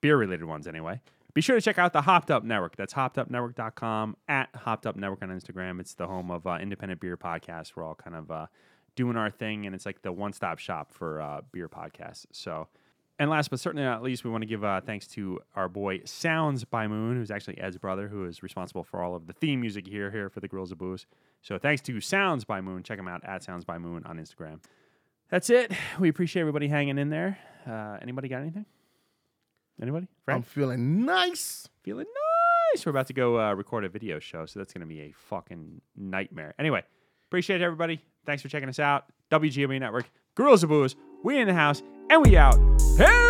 Speaker 1: beer related ones anyway, be sure to check out the Hopped Up Network. That's hoppedupnetwork.com, at Hopped Up Network on Instagram. It's the home of uh, independent beer podcasts. We're all kind of uh, doing our thing, and it's like the one stop shop for uh, beer podcasts. So, and last but certainly not least, we want to give uh, thanks to our boy Sounds by Moon, who's actually Ed's brother, who is responsible for all of the theme music here here for the Grills of Booze. So thanks to Sounds by Moon. Check him out at Sounds by Moon on Instagram. That's it. We appreciate everybody hanging in there. Uh, anybody got anything? Anybody?
Speaker 3: I'm
Speaker 1: Frank?
Speaker 3: feeling nice.
Speaker 1: feeling nice. We're about to go uh, record a video show, so that's going to be a fucking nightmare. Anyway, appreciate it, everybody. Thanks for checking us out. WGMA Network, Gorillas of Booze, we in the house, and we out. Hey!